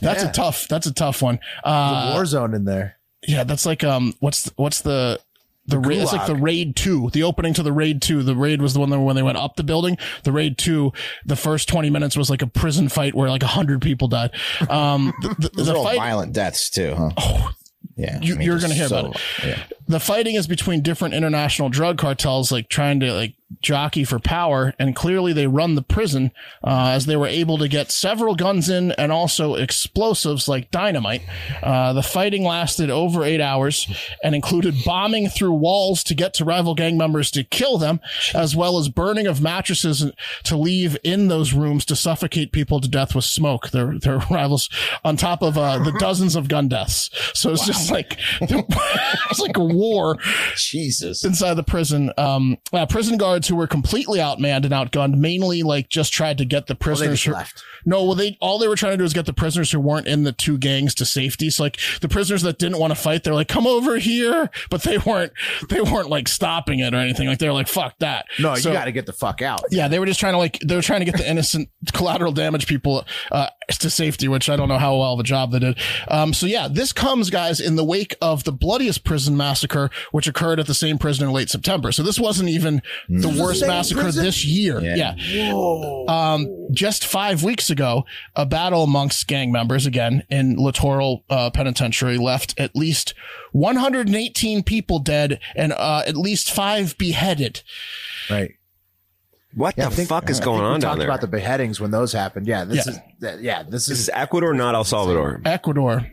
that's Yeah. a tough. That's a tough one. There's a Uh, war zone in there. yeah, that's like um, what's what's the the, raid? It's like the raid two. The opening to the raid two. The raid was the one that when they went up the building. The raid two. The first 20 minutes was like a prison fight where like 100 people died. [laughs] Um, the, the, Those the are all fight. violent deaths too, huh? Oh, yeah. You- you're gonna hear about it. Yeah. the fighting is between different international drug cartels like trying to like jockey for power and clearly they run the prison uh, as they were able to get several guns in and also explosives like dynamite uh, the fighting lasted over eight hours and included bombing through walls to get to rival gang members to kill them as well as burning of mattresses to leave in those rooms to suffocate people to death with smoke their, their [laughs] rivals on top of uh, the dozens of gun deaths so it's just like [laughs] it's like a war Jesus. inside the prison. Um, uh, prison guards who were completely outmanned and outgunned, mainly like just tried to get the They prisoners. just who, left. no, well, they all they were trying to do was get the prisoners who weren't in the two gangs to safety. So like the prisoners that didn't want to fight, they're like, "Come over here," but they weren't they weren't like stopping it or anything. Like they're like, "Fuck that." No, So- you got to get the fuck out. yeah, they were just trying to like they were trying to get the innocent [laughs] collateral damage people uh, to safety, which I don't know how well of a job they did. Um, so yeah, this comes, guys, in the wake of the bloodiest prison massacre, which occurred at the same prison in late September. So Mm. this wasn't even the worst massacre this year. Yeah. Um, just five weeks ago, a battle amongst gang members again in Littoral uh, Penitentiary left at least 118 people dead and uh, at least five beheaded. Right. What Yeah, the fuck is going I think we on down talked there? about the beheadings when those happened. Yeah, this Yeah. is that, yeah, this this is is Ecuador, not El Salvador. Ecuador.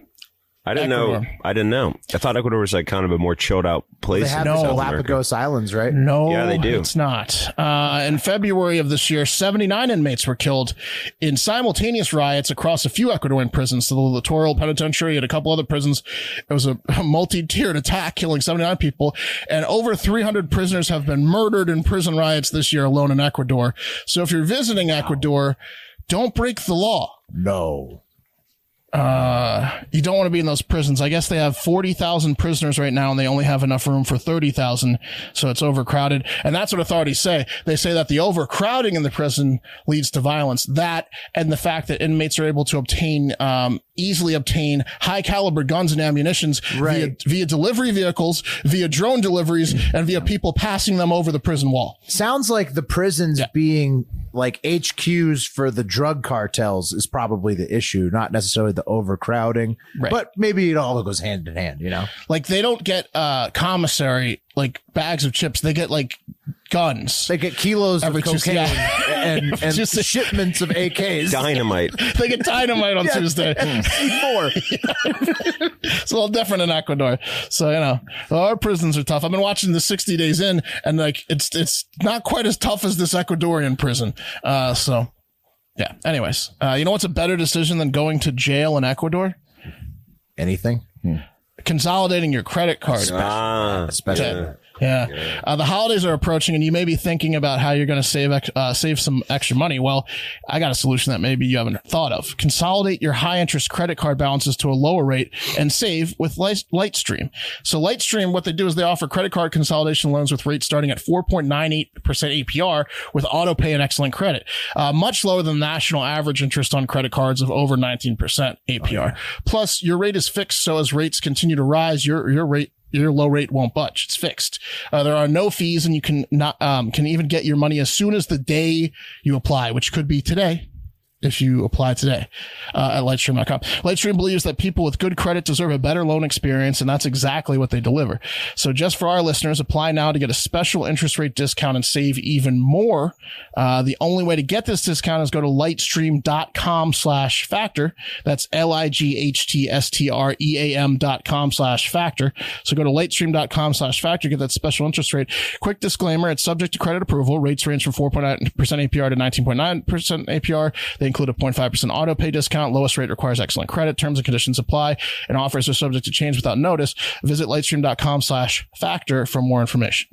I didn't know. Ecuador. I didn't know. I thought Ecuador was like kind of a more chilled out place. they have in the South America. Galapagos Islands, right? No, Yeah, they do. It's not. Uh, in February of this year, 79 inmates were killed in simultaneous riots across a few Ecuadorian prisons, so the Littoral Penitentiary and a couple other prisons. It was a, a multi-tiered attack, killing 79 people, and over 300 prisoners have been murdered in prison riots this year alone in Ecuador. So if you're visiting Ecuador, don't break the law. No. You don't want to be in those prisons. I guess they have 40,000 prisoners right now and they only have enough room for 30,000. So it's overcrowded. And that's what authorities say. They say that the overcrowding in the prison leads to violence. That and the fact that inmates are able to obtain, um, easily obtain high caliber guns and ammunitions via, Right. via delivery vehicles, via drone deliveries, and via people passing them over the prison wall. Sounds like the prisons being like HQs for the drug cartels is probably the issue, not necessarily the overcrowding. Right. But maybe it all goes hand in hand, you know? Like they don't get, uh, commissary, like bags of chips. They get like guns. They get kilos Every of Tues- cocaine [laughs] yeah. and, and Just- shipments of AKs. [laughs] Dynamite. [laughs] they get [laughs] dynamite on Tuesday. Four. [laughs] it's a little different in Ecuador. So, you know, our prisons are tough. I've been watching the 60 days in and like it's, it's not quite as tough as this Ecuadorian prison. Uh, so yeah. Anyways, uh, you know what's a better decision than going to jail in Ecuador? Anything? Consolidating your credit card. Ah, uh, Especially Yeah. Yeah. Uh, the holidays are approaching, and you may be thinking about how you're going to save ex- uh, save some extra money. Well, I got a solution that maybe you haven't thought of. Consolidate your high interest credit card balances to a lower rate and save with Light- Lightstream. So, Lightstream, what they do is they offer credit card consolidation loans with rates starting at 4.98% APR with auto pay and excellent credit, uh, much lower than the national average interest on credit cards of over 19% APR. Plus, your rate is fixed, so as rates continue to rise, your your rate your low rate won't budge. It's fixed. Uh, there are no fees, and you can not um, can even get your money as soon as the day you apply, which could be today. If you apply today uh, at Lightstream.com, Lightstream believes that people with good credit deserve a better loan experience, and that's exactly what they deliver. So, just for our listeners, apply now to get a special interest rate discount and save even more. Uh, the only way to get this discount is go to Lightstream.com/factor. That's L I G H T S T R E A M dot com slash factor. So go to lightstream.com slash factor, get that special interest rate. Quick disclaimer, it's subject to credit approval. Rates range from 4.9% APR to 19.9% APR. They include a 0.5% auto pay discount. Lowest rate requires excellent credit. Terms and conditions apply and offers are subject to change without notice. Visit lightstream.com slash factor for more information.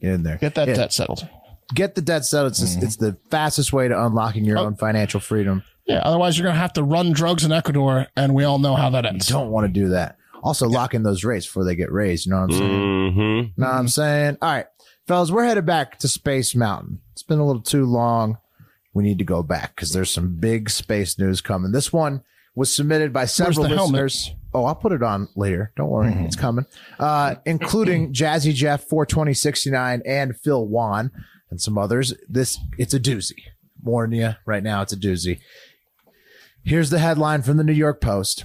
Get in there. Get Mm-hmm. that Yeah. debt settled. Get the debt settled. It's, just- it's the fastest way to unlocking Oh. your own financial freedom. Yeah. Otherwise you're going to have to run drugs in Ecuador and we all know how that ends. Don't want to do that. Also, lock in those rates before they get raised. You know what I'm saying? Mm-hmm. Know what I'm saying? All right, fellas, we're headed back to Space Mountain. It's been a little too long. We need to go back because there's some big space news coming. This one was submitted by several the helmet? Mm-hmm. listeners. Oh, I'll put it on later. Don't worry, it's coming. Uh, [clears throat] including Jazzy Jeff, 42069, and Phil Wan, and some others. This it's a doozy. Warning you right now, it's a doozy. Here's the headline from the New York Post.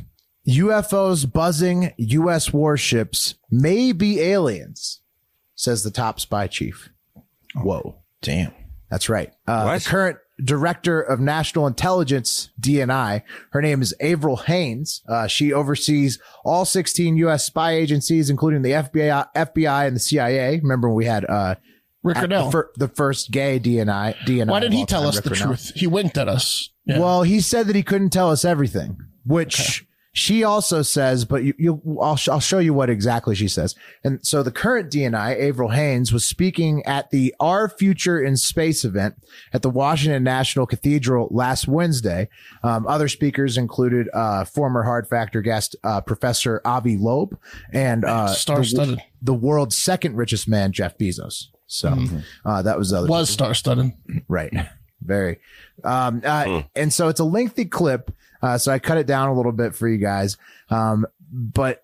UFOs buzzing U.S. warships may be aliens, says the top spy chief. Whoa. Damn. That's right. Uh, What? the current director of national intelligence, DNI, her name is Avril Haynes. Uh, she oversees all 16 U.S. spy agencies, including the FBI, FBI and the CIA. Remember when we had uh, Rick at the, Rickardell. fir- the first gay DNI? DNI Why didn't of he all tell time, us Rick the Renell. truth? He winked at us. Yeah. Well, he said that he couldn't tell us everything, which she also says, but you, you, I'll, sh- I'll show you what exactly she says. And so the current DNI, Avril Haynes, was speaking at the Our Future in Space event at the Washington National Cathedral last Wednesday. Um, other speakers included uh, former Hard Factor guest uh, Professor Avi Loeb and uh, Star-studded. the, the world's second richest man, Jeff Bezos. So uh, that was the other was star studded. Right. [laughs] Very. Um, uh, And so it's a lengthy clip. Uh, so I cut it down a little bit for you guys. Um, but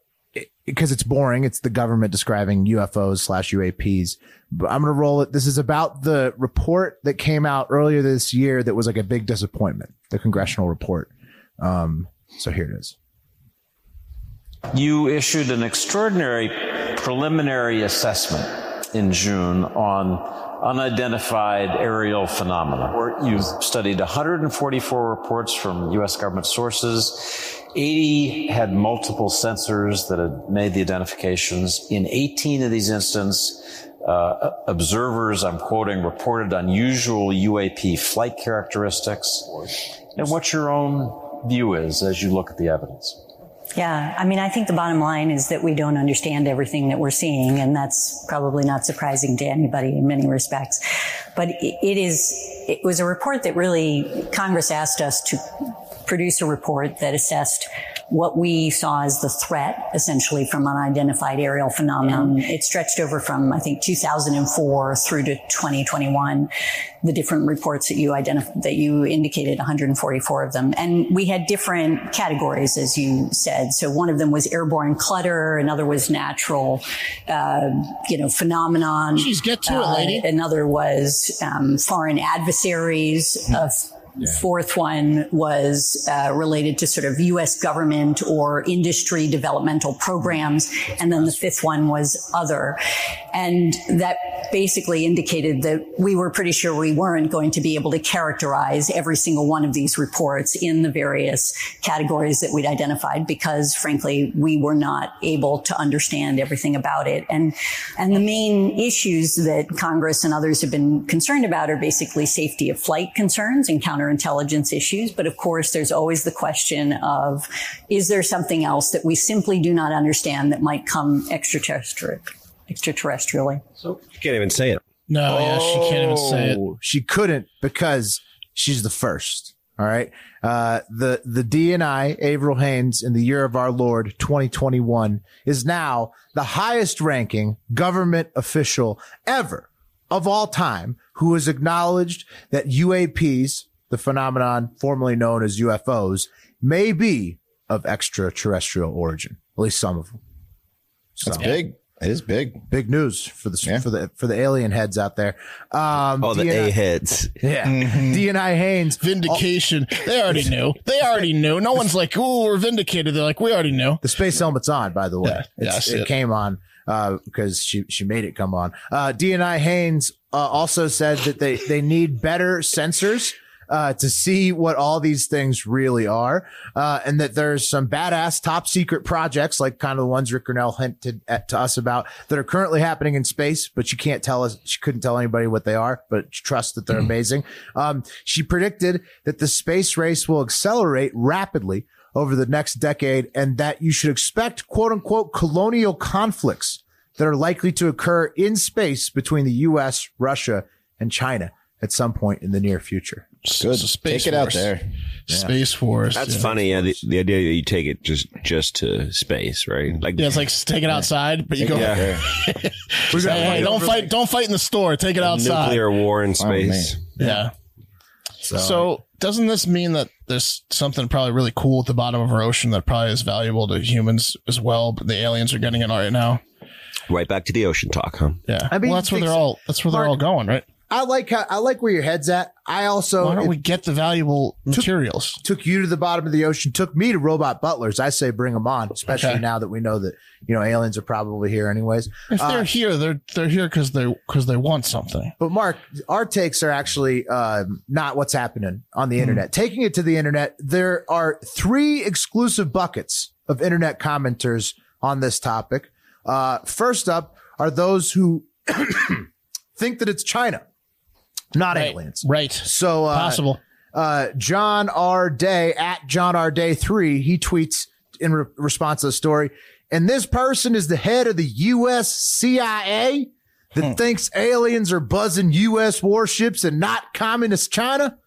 because it's boring, it's the government describing UFOs slash UAPs. But I'm going to roll it. This is about the report that came out earlier this year that was like a big disappointment, the congressional report. Um, so here it is. You issued an extraordinary preliminary assessment in June on unidentified aerial phenomena. Where You studied 144 reports from U.S. government sources. 80 had multiple sensors that had made the identifications. In 18 of these instances, uh, observers, I'm quoting, reported unusual UAP flight characteristics. And what your own view is as you look at the evidence. Yeah, I mean, I think the bottom line is that we don't understand everything that we're seeing, and that's probably not surprising to anybody in many respects. But i- it is, it was a report that really Congress asked us to produce a report that assessed what we saw as the threat, essentially, from unidentified aerial phenomenon. It stretched over from, I think, 2004 through to 2021, the different reports that you identified, that you indicated 144 of them. And we had different categories, as you said. So one of them was airborne clutter. Another was natural, uh, you know, phenomenon. Jeez, get to it, Uh, lady. Another was um, foreign adversaries. A f- Fourth one was uh, related to sort of U.S. government or industry developmental programs, and then the fifth one was other, and that basically indicated that we were pretty sure we weren't going to be able to characterize every single one of these reports in the various categories that we'd identified because, frankly, we were not able to understand everything about it. And and the main issues that Congress and others have been concerned about are basically safety of flight concerns and counterintelligence issues. But of course, there's always the question of is there something else that we simply do not understand that might come extraterrestrial? extraterrestrially. You can't even say it. No, yeah, she can't even say it. Oh, She couldn't because she's the first. All right. Uh, the the DNI, Averill Haynes, in the year of our Lord 2021, is now the highest ranking government official ever of all time who has acknowledged that UAPs, the phenomenon formerly known as UFOs, may be of extraterrestrial origin. At least some of them. That's big. It is big. Big news for the for the for the alien heads out there. Um, Oh, All the DNI A heads. yeah. Mm-hmm. DNI Haynes. Vindication. They already knew. They already knew. No one's like, "Ooh, we're vindicated." They're like, "We already knew." The space helmet's on, by the way. yeah, I It's- see it, it. came on uh, because she she made it come on. Uh, DNI Haynes uh, also said that they they need better sensors. Uh, to see what all these things really are, uh, and that there's some badass top secret projects like kind of the ones Rick Grinnell hinted at to us about that are currently happening in space, but she can't tell us. She couldn't tell anybody what they are, but trust that they're Mm-hmm. amazing. Um, she predicted that the space race will accelerate rapidly over the next decade and that you should expect quote unquote colonial conflicts that are likely to occur in space between the US, Russia, and China at some point in the near future. Good. It's a space Take it out force. there. Space Force. That's yeah. funny. Yeah, the, the idea that you take it just just to space, right? Like, Yeah, it's like s- take it outside, but you go. Yeah. Hey, hey, don't fight! Don't fight in the store. Take it outside. nuclear war in space. Yeah. So, So doesn't this mean that there's something probably really cool at the bottom of our ocean that probably is valuable to humans as well, but the aliens are getting it right now? right back to the ocean talk, huh? Yeah. I mean, well, that's where think they're so. all. That's where they're Mark- all going, right? I like how I like where your head's at. I also Why don't Oh, it we get the valuable materials? took you to the bottom of the ocean, took me to Robot Butlers. I say bring them on, especially Okay. now that we know that you know aliens are probably here anyways. If Uh, they're here, they're they're here because they because they want something. But Mark, our takes are actually um, not what's happening on the internet. Taking it to the internet, there are three exclusive buckets of internet commenters on this topic. Uh, first up are those who [coughs] think that it's China, not Right. aliens. Right. So uh, Possible. uh, John R. Day at John R. Day three, he tweets in re- response to the story, and this person is the head of the U.S. CIA that Hmm. thinks aliens are buzzing U.S. warships and not communist China.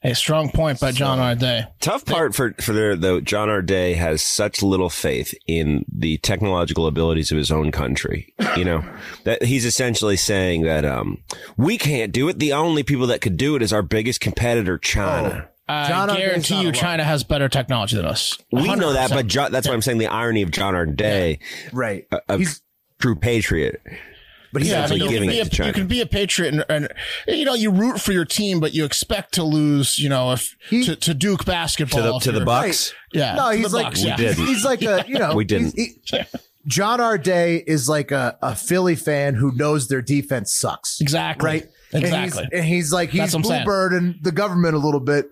Hey, strong point by John R. Day. Tough part for for their though. John R. Day has such little faith in the technological abilities of his own country. [sighs] You know that he's essentially saying that um, we can't do it. The only people that could do it is our biggest competitor, China. I John R. Day's guarantee not you, alone. China has better technology than us. we know that, 100%. but jo- that's why I'm saying the irony of John R. Day, Right. a He's, true patriot. but he's Yeah, I mean, Essentially you, giving can be it to a, China. you can be a patriot and, and you know you root for your team, but you expect to lose. You know, if He- to, to Duke basketball To the if to the you're- Bucks, Yeah, no, to he's the like Bucks, We yeah. did. didn't. He's like a you know uh, [laughs] We didn't. he's- he- John R. Day is like a, a Philly fan who knows their defense sucks. Exactly. Right. And he's- Exactly. And he's, like he's That's what I'm saying. Mm-hmm. bluebird and the government a little bit.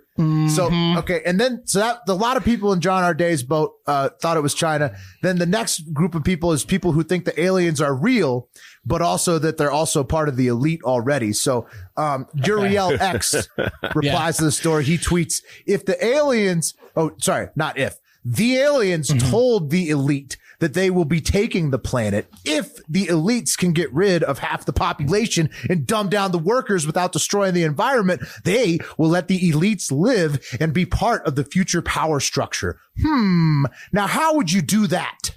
So okay, and then so that a lot of people in John R. Day's boat uh, thought it was China. Then the next group of people is people who think the aliens are real, but also that they're also part of the elite already. So um, Uriel [laughs] X replies to the story. He tweets, "If the aliens, oh sorry, not if the aliens told the elite." That they will be taking the planet if the elites can get rid of half the population and dumb down the workers without destroying the environment. They will let the elites live and be part of the future power structure. Hmm. Now, how would you do that?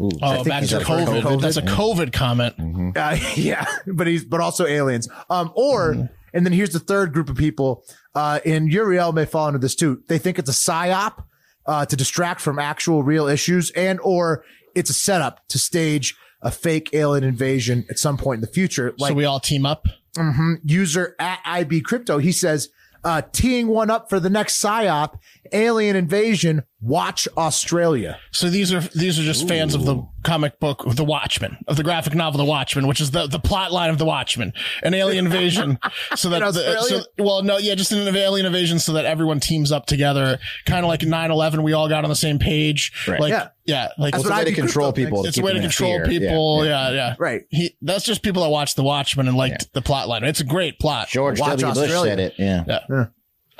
oh, back he's to up for COVID. COVID. That's a COVID comment. Uh, [laughs] yeah, but he's but also aliens. Um, or Mm-hmm. and then here's the third group of people. Uh, and Uriel may fall into this too. They think it's a psyop uh, to distract from actual real issues, and or it's a setup to stage a fake alien invasion at some point in the future. Like mm-hmm, so we all team up. user at IB Crypto, he says, uh, teeing one up for the next psyop, alien invasion. Watch Australia. So these are these are just fans of the comic book of The Watchmen, of the graphic novel The Watchmen, which is the, the plot line of The Watchmen, an alien invasion. So that In the, so, Australia? well, no, yeah, just an alien invasion, so that everyone teams up together, kind of like 9-11, We all got on the same page. Right. Like, Yeah. yeah, like That's It's a what way I to do control crypto, people. it's a way to keep them control in fear. Yeah, people. yeah. Yeah, yeah, Right. He, that's just people that watch The Watchmen and liked the plot line. It's a great plot. George Watch W. Bush Australia. said it. Yeah.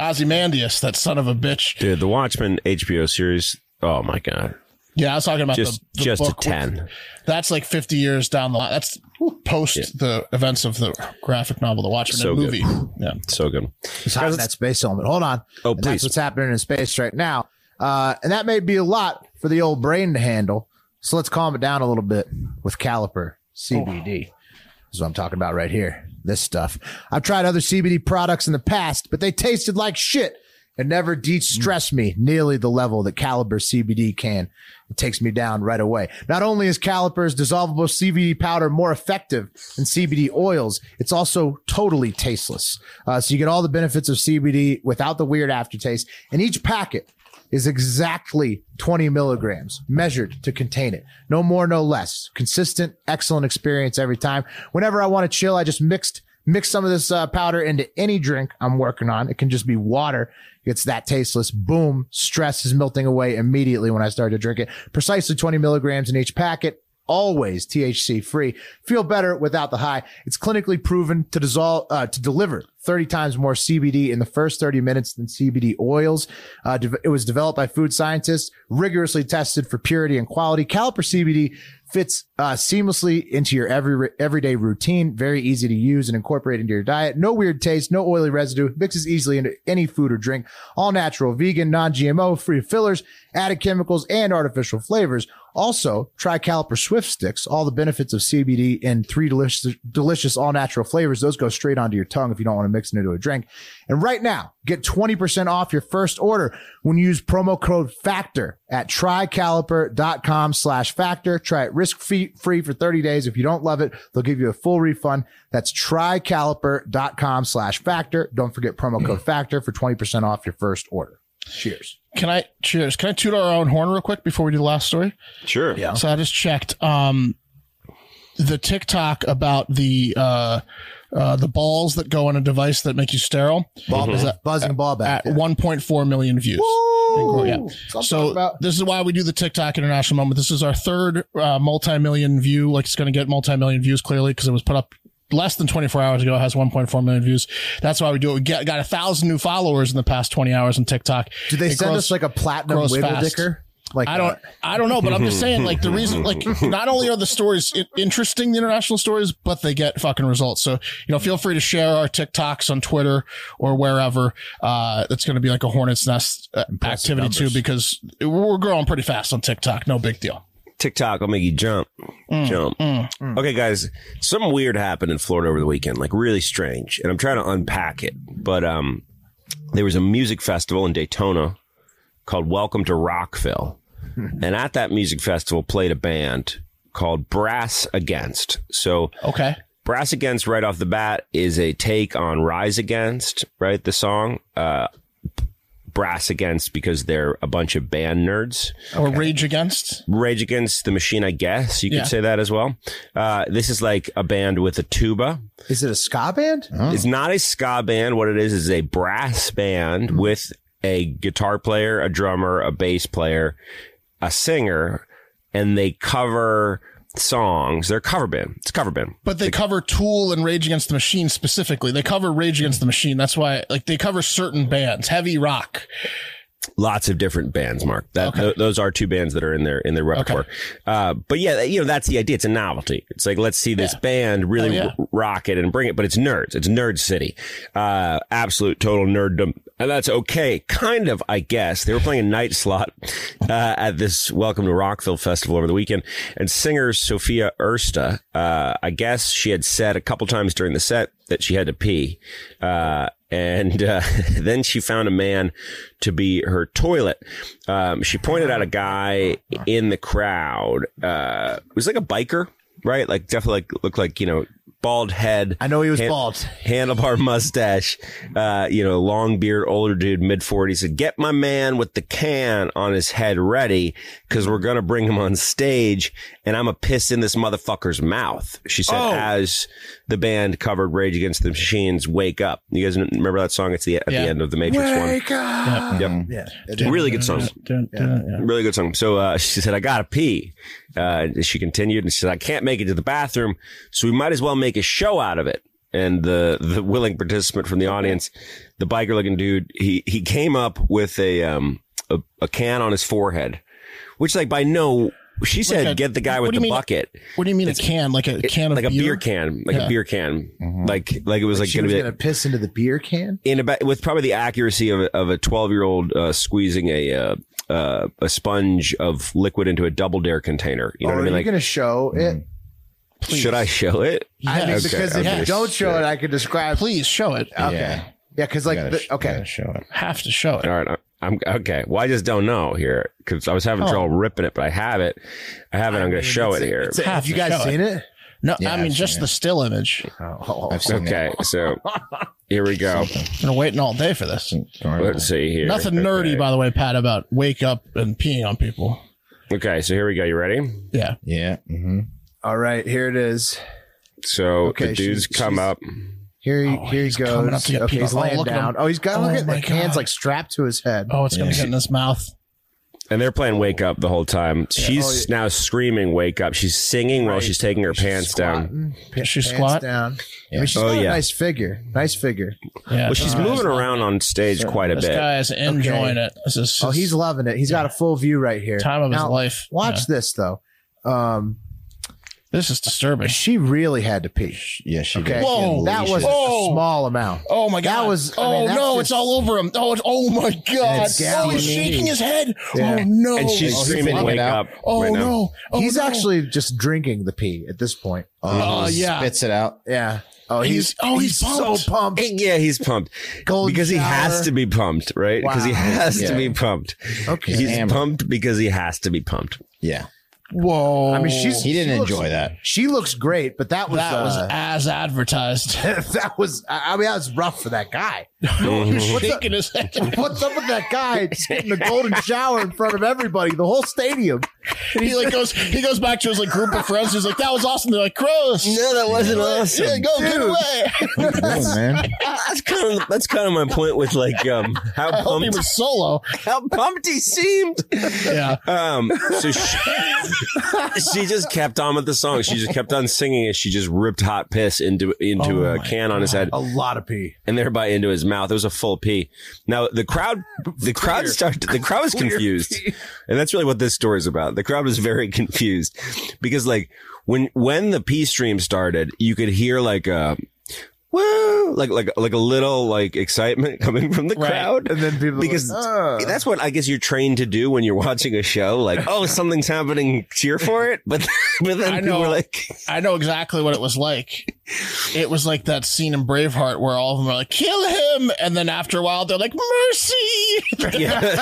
Ozymandias, that son of a bitch. dude. The Watchmen HBO series. Oh my god, Yeah, I was talking about Just- the, the just a book, which- 10. That's like 50 years down the line. That's post the events of the graphic novel, The Watchmen, So and good. movie. Yeah. So good. It's hot in that space element. Hold on. Oh, And please. that's what's happening in space right now. Uh, and that may be a lot for the old brain to handle. So let's calm it down a little bit with caliper CBD. Oh. This is what I'm talking about right here. This stuff. I've tried other CBD products in the past, but they tasted like shit and never de-stressed me nearly the level that Caliper CBD can. It takes me down right away. Not only is Caliper's dissolvable CBD powder more effective than CBD oils, it's also totally tasteless. Uh, so you get all the benefits of CBD without the weird aftertaste. And each packet is exactly 20 milligrams measured to contain it. No more, no less. Consistent, excellent experience every time. Whenever I want to chill, I just mixed mix some of this uh, powder into any drink I'm working on. It can just be water. It's that tasteless. Boom. Stress is melting away immediately when I start to drink it. Precisely 20 milligrams in each packet always THC free. Feel better without the high. It's clinically proven to dissolve, uh, to deliver 30 times more CBD in the first 30 minutes than CBD oils. Uh, de- it was developed by food scientists, rigorously tested for purity and quality. Caliper CBD fits uh, seamlessly into your every everyday routine. Very easy to use and incorporate into your diet. No weird taste, no oily residue. Mixes easily into any food or drink. All natural, vegan, non-GMO, free of fillers, added chemicals, and artificial flavors. Also, try Caliper Swift Sticks. All the benefits of CBD and three delicious, delicious all natural flavors. Those go straight onto your tongue if you don't want to mix it into a drink. And right now, get 20% off your first order when you use promo code FACTOR at trycaliper.com slash factor. Try it risk free free for 30 days. If you don't love it, they'll give you a full refund. That's trycaliper.com slash factor. Don't forget promo [clears throat] code FACTOR for 20% off your first order. Cheers. Can I cheers? Can I toot our own horn real quick before we do the last story? Sure. Yeah. So I just checked um, the TikTok about the uh, uh, the balls that go on a device that make you sterile Ball is back. at, Buzzing ball back. at 1.4 million views. Ooh, that's what Yeah. I'm talking So about. this is why we do the TikTok International Moment. This is our third uh, multi-million view. Like it's going to get multi-million views clearly because it was put up less than 24 hours ago. It has 1.4 million views. That's why we do it. We get, got a thousand new followers in the past 20 hours on TikTok. Do they It send grows- us like a platinum grows wiggle fast. dicker? Like uh, I don't, that? I don't know, but I'm just saying, like the reason, like not only are the stories i- interesting, the international stories, but they get fucking results. So you know, feel free to share our TikToks on Twitter or wherever. Uh, that's going to be like a hornet's nest uh, activity too, because we're growing pretty fast on TikTok. No big deal. TikTok will make you jump. jump. Okay, guys, something weird happened in Florida over the weekend, like really strange. And I'm trying to unpack it. But um, there was a music festival in Daytona called Welcome to Rockville. and at that music festival played a band called Brass Against. So Okay. Brass Against right off the bat is a take on Rise Against, right? The song. Uh, Brass Against because they're a bunch of band nerds. Or Rage Against. Rage Against the Machine, I guess you could Yeah. say that as well. Uh, this is like a band with a tuba. Is it a ska band? It's not a ska band. What it is is a brass band with a guitar player, a drummer, a bass player, a singer, and they cover songs. They're a cover band. It's a cover band. But they cover Tool and Rage Against the Machine specifically. They cover Rage Against the Machine. That's why, like, they cover certain bands, heavy rock. lots of different bands, Mark. That th- those are two bands that are in their in their repertoire. Uh, but yeah, you know that's the idea. It's a novelty. It's like let's see this band really Oh, yeah. r- rock it and bring it. But it's nerds. It's nerd city. Uh, absolute total nerddom, and that's okay. Kind of, I guess. They were playing a night slot uh, at this Welcome to Rockville festival over the weekend, and singer Sophia Ersta. Uh, I guess she had said a couple times during the set that she had to pee. Uh, and uh, [laughs] then she found a man to be her toilet. Um, she pointed out a guy in the crowd. Uh, it was like a biker, right? Like definitely like, looked like you know bald head. I know he was hand- bald. handlebar mustache, uh, you know, long beard, older dude, mid forties. Said, "Get my man with the can on his head ready, because we're gonna bring him on stage, and I'm a piss in this motherfucker's mouth." She said as the band covered Rage Against the Machines, "Wake Up." You guys remember that song? It's the at Yeah. the end of the Matrix one. Yep. Yeah. Really good song. Really good song. So uh, she said, I got to pee. Uh, and she continued and she said, I can't make it to the bathroom. So we might as well make a show out of it. And the, the willing participant from the audience, the biker looking dude, he, he came up with a, um, a, a can on his forehead which like by no, she said a- get the guy what with do you the mean- bucket, What do you mean a can? Like a can of like a beer can, like Yeah. a beer can, like like it was like she gonna was be gonna piss into the beer can. in about with probably the accuracy of a, of a 12 year old uh, squeezing a uh, uh, a sponge of liquid into a double dare container. You know or what I are mean? you Like, gonna show it? should I show it? I mean, Yes. because if you Mm. okay, don't show it, I could describe. Please show it. Okay. Yeah. Yeah, because like Gotta sh- the, okay, gotta show it. Have to show it. All right. I'm okay. Well, I just don't know here because I was having trouble ripping it, but I have it. I have it. I'm going to show it here. Oh. It's a- [laughs] Have have you to guys show seen it? No, Yeah, I mean I've just seen the it. still image. I've seen Okay. So here we go. Been waiting all day for this. it. It's horrible. Let's see here. Nothing nerdy, Okay. by the way, Pat, about wake up and peeing on people. Okay. So here we go. You ready? Yeah. Yeah. hmm All right, here it is. So Okay, the dude's she's- come she's- up. Here, he Oh, here he he's coming up goes. to get Okay, peed he's on. Oh, laying look at down. him. Oh, he's got. Oh look at my the hands God. like strapped to his head. Oh, it's gonna Yeah. get in his mouth. And they're playing wake up the whole time. She's Oh, now screaming wake up. She's singing while she's taking her pants down. Squatting, Does she pants squat? down. I mean, she's Oh, got a yeah. nice figure. Nice figure. Yeah. Well, she's this moving guy's- around on stage quite a This bit. guy is enjoying it. This is Oh, he's loving it. He's got a full view right here. time of his Now, life. Watch Yeah. this though. Um, This is disturbing. she really had to pee. Yeah, she Okay, did. Whoa, that was a Whoa. small amount. Oh my god! That was. I oh mean, that's no! just- It's all over him. Oh, it's, oh my god! It's Oh, gouging. he's shaking his head. Yeah. Oh no! And she's he's screaming flipping wake it up. out. Oh right now. no! Oh, he's no. actually just drinking the pee at this point. Oh, Oh, he yeah. Spits it out. Yeah. Oh, And he's, he's- oh, he's pumped. so pumped. Yeah, he's pumped Golden because he has shower. to be pumped, right? Because he Wow. has to Yeah. be pumped. Okay. He's Hammered. pumped because he has to be pumped. Yeah. Whoa! I mean, she's He didn't she looks- enjoy that. She looks great, but that was that was uh, [laughs] as advertised. [laughs] that was. I I mean, that was rough for that guy. he's shaking his head. What's up with that [laughs] guy just getting a golden shower in front of everybody, the whole stadium? he like goes. He goes back to his like group of friends. He's like, "That was awesome." They're like, "Gross." No, that wasn't awesome. Yeah, go get Dude. away. [laughs] What are you doing, man? That's kind of that's kind of my point with like um [laughs] how I hope he pumped was solo. how pumped he seemed. Yeah. Um, so she, [laughs] she just kept on with the song. She just kept on singing, and she just ripped hot piss into into Oh a my can on his head. A lot of pee. and thereby into his mouth. It was a full pee. Now the crowd, the crowd started, the crowd was confused, and that's really what this story is about. The crowd was very [laughs] confused because, like, when when the pee stream started, you could hear like a woo, like like like a little like excitement [laughs] coming from the Right. crowd, And then people are because like, "Ah." that's what I guess you're trained to do when you're [laughs] watching a show. Like, oh, something's happening, cheer for it. But [laughs] but then I people were know. like, [laughs] I know exactly what it was like. It was like that scene in Braveheart where all of them are like, "Kill him," and then after a while, they're like, "Mercy." [laughs]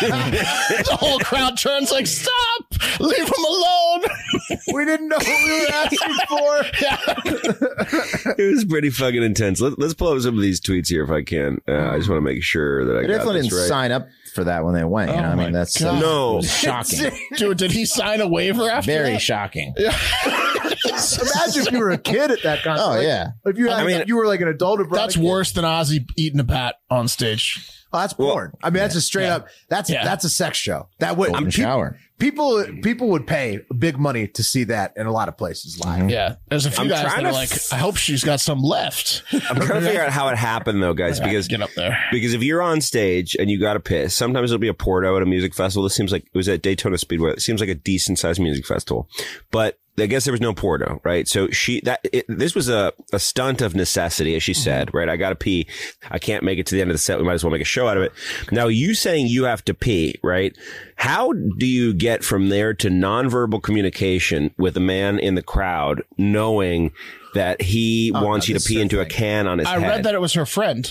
the whole crowd turns like, stop, leave him alone. [laughs] we didn't know what we were asking for. it was pretty fucking intense. Let, let's pull up some of these tweets here if I can. Uh, I just want to make sure that I They got definitely this didn't right. sign up for that when they went. You Oh know, I my mean, that's uh, God. No. it was shocking. Dude, did he sign a waiver after Very that? shocking. Imagine if you were a kid at that concert. Oh, Like, yeah. If you, had, I mean- if you were like an adult, who brought That's a kid- worse than Ozzy eating a bat on stage. Oh, that's porn. I mean, that's a straight up. That's Yeah. that's a sex show. That would Golden peop- shower. People people would pay big money to see that in a lot of places live. Yeah. There's a few I'm guys trying that are to like, f- I hope she's got some left. [laughs] I'm trying to figure out how it happened though, guys, because Get up there. because if you're on stage and you got to piss, sometimes it'll be a Porto at a music festival. This seems like it was at Daytona Speedway. It seems like a decent sized music festival, but I guess there was no Porto, right? So she that it, this was a, a stunt of necessity, as Mm-hmm. she said, right? I got to pee. I can't make it to the end of the set. We might as well make a show out of it. Now you saying you have to pee, right? How do you get from there to nonverbal communication with a man in the crowd knowing that he Oh, wants you to this is pee her into a thing. can on his I head? read that it was her friend.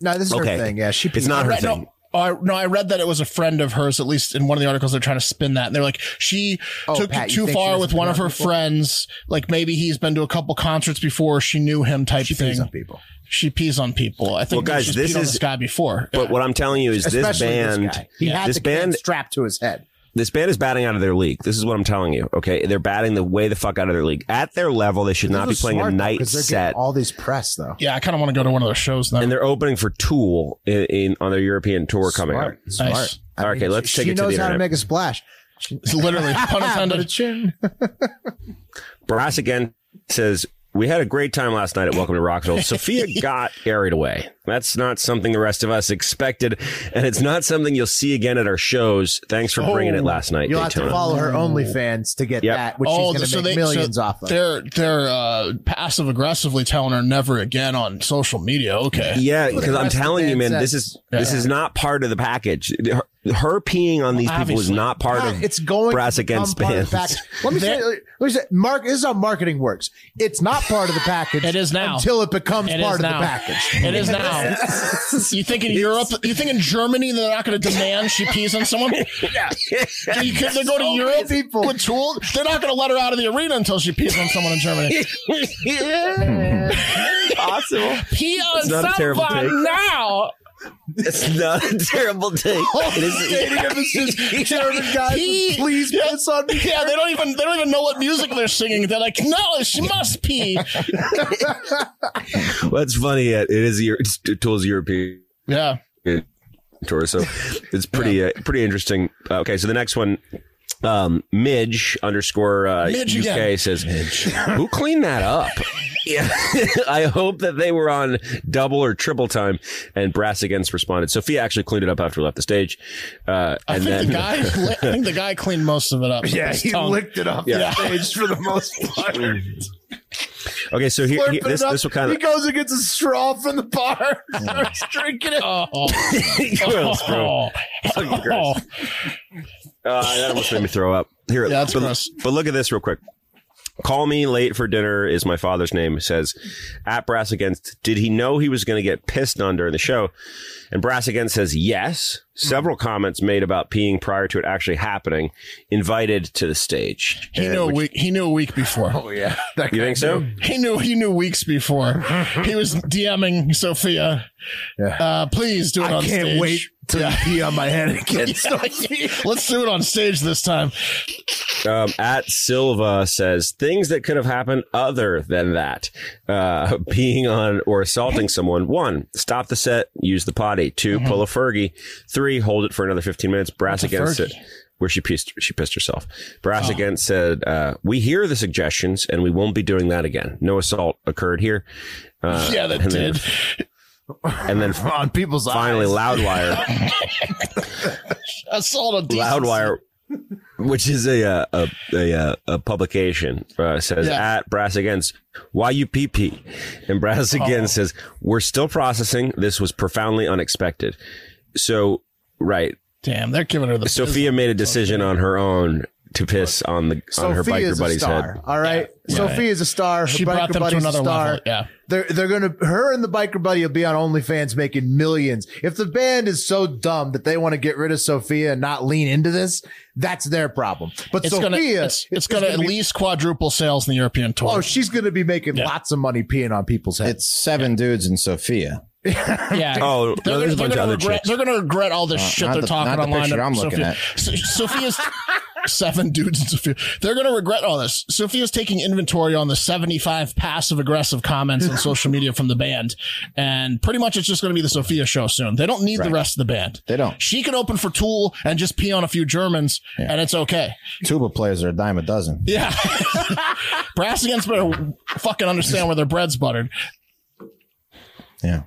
No, this is Okay. her thing. Yeah, she. It's not her Right, thing. no, oh, I, no, I read that it was a friend of hers, at least in one of the articles they're trying to spin that. And they're like, she Oh, took Pat, it you too think she far was with a one of her drunk people? friends. Like maybe he's been to a couple concerts before. She knew him type She thing. pees on people. She pees on people. I think Well, guys, she's this peed on is- this guy before. But what I'm telling you is this Especially band, this this, guy. He had the can band, strapped to his head. this band is batting out of their league. This is what I'm telling you. Okay, they're batting the way the fuck out of their league. At their level, they should not be This was playing smart, a though, night 'cause they're getting set. All these press though. yeah, I kind of want to go to one of those shows now. and they're opening for Tool in, in on their European tour coming up. Nice. I Okay, let's she, take she it to the knows how internet. to make a splash. [laughs] It's literally pun Ah, but a intended. chin. Brass again says we had a great time last night at Welcome [laughs] to Rockville. Sophia got carried away. That's not something the rest of us expected, and it's not something you'll see again at our shows. Thanks for bringing it last night, Oh, You'll have Daytona. to follow her OnlyFans to get Yep. that, which Oh, she's going to make millions off of. They're they're uh, passive aggressively telling her never again on social media. Okay. Yeah, because I'm That's what telling the you, man man, said. this is this is not part of the package. Her, her peeing on these people is Obviously. not part Not- of it's going brass to become against part of bands. the package. Let me say, let me say, Mark. This is how marketing works. It's not part of the package. It is now. until it becomes It is part of now. the [laughs] package. It is now. [laughs] you think in Europe? You think in Germany they're not going to demand she pees on someone? yeah. You could they go So to many Europe people. with tools? They're not going to let her out of the arena until she pees on someone in Germany. [laughs] Possible. Pee on not a terrible someone now. It's not a [laughs] terrible take. It is- [laughs] German guys, He- please piss on me. Yeah, they don't even they don't even know what music they're singing. They're like, no, she must pee. well, it's funny. uh, It is Euro- it's Tool's European Yeah. [laughs] tour, so it's pretty uh, pretty interesting. Uh, okay, so the next one. Um, Midge underscore uh, Midge UK again. says, "Who cleaned [laughs] that up?" yeah, [laughs] I hope that they were on double or triple time. And Brass Against responded. Sophia actually cleaned it up after we left the stage. Uh, I think and then the guy I think the guy cleaned most of it up. with Yeah, his he tongue. licked it off Yeah. the stage for [laughs] the most part. [laughs] okay, so here, Slurping here- this it up. this will kind he of goes and gets a straw from the bar, [laughs] starts drinking it. Oh, [laughs] uh, oh, Fucking gross. [laughs] oh. Uh, that almost made me throw up. Here, Yeah, that's but- gross. But look at this real quick. Call me late for dinner is my father's name. Says at Brass Against, did he know he was going to get pissed on during the show? And Brass Against says yes. Several comments made about peeing prior to it actually happening, invited to the stage. He And knew a which- week. He knew a week before. You think so? He knew. He knew [laughs] weeks before. he was DMing Sophia. Uh, please do it I on can't stage. wait to pee on my [laughs] head again. Let's do it on stage this time. Um, at Silva says things that could have happened other than that, uh, [laughs] being on or assaulting someone. One, stop the set, use the potty. 2 Mm-hmm. pull a Fergie. Three, hold it for another fifteen minutes. Brass against it, where she pissed, she pissed herself. Brass against said, uh, "We hear the suggestions, and we won't be doing that again. No assault occurred here." Uh, yeah, that and then- did. and [laughs] then on people's finally, eyes. [laughs] Loudwire. Assault on decency. Loudwire, which is a uh, a a, uh, a publication, uh, says Yeah. at Brass Against why you pee pee, and Brass Oh. Again says we're still processing. This was profoundly unexpected. So right, Damn, they're giving her the. Sophia made a decision on her own to piss on the on Sophia her biker is a buddy's star. head. All right, Sophia is a star. Her She biker brought them to buddy's a another star. level, yeah. they're they're gonna. Her and the biker buddy will be on OnlyFans making millions. If the band is so dumb that they want to get rid of Sophia and not lean into this, that's their problem. But It's Sophia, gonna. It's, it's gonna, at be- least quadruple sales in the European tour. Oh, she's gonna be making lots of money peeing on people's heads. It's seven dudes and Sophia. yeah. They're, Oh, no, gonna, there's they're a bunch of gonna other regret. chicks. They're gonna regret all this shit Uh, not they're the- talking not the online. picture I'm looking Sophia- at. So- Sophia's [laughs] seven dudes and Sophia. They're gonna regret all this. Sophia's taking inventory on the 75 passive aggressive comments on social media from the band, and pretty much it's just gonna be the Sophia show soon. They don't need the rest of the band. They don't. She can open for Tool and just pee on a few Germans, and it's okay. Tuba players are a dime a dozen. Yeah. [laughs] Brass against better fucking understand where their bread's buttered. Yeah.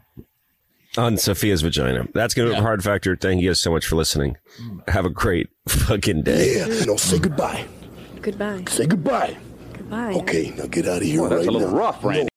on Sophia's vagina. That's gonna be a hard factor. Thank you guys so much for listening. Mm. Have a great fucking day. Yeah, no, say goodbye. Goodbye. Say goodbye. Goodbye. Okay, now get out of here right now. rough, Randy.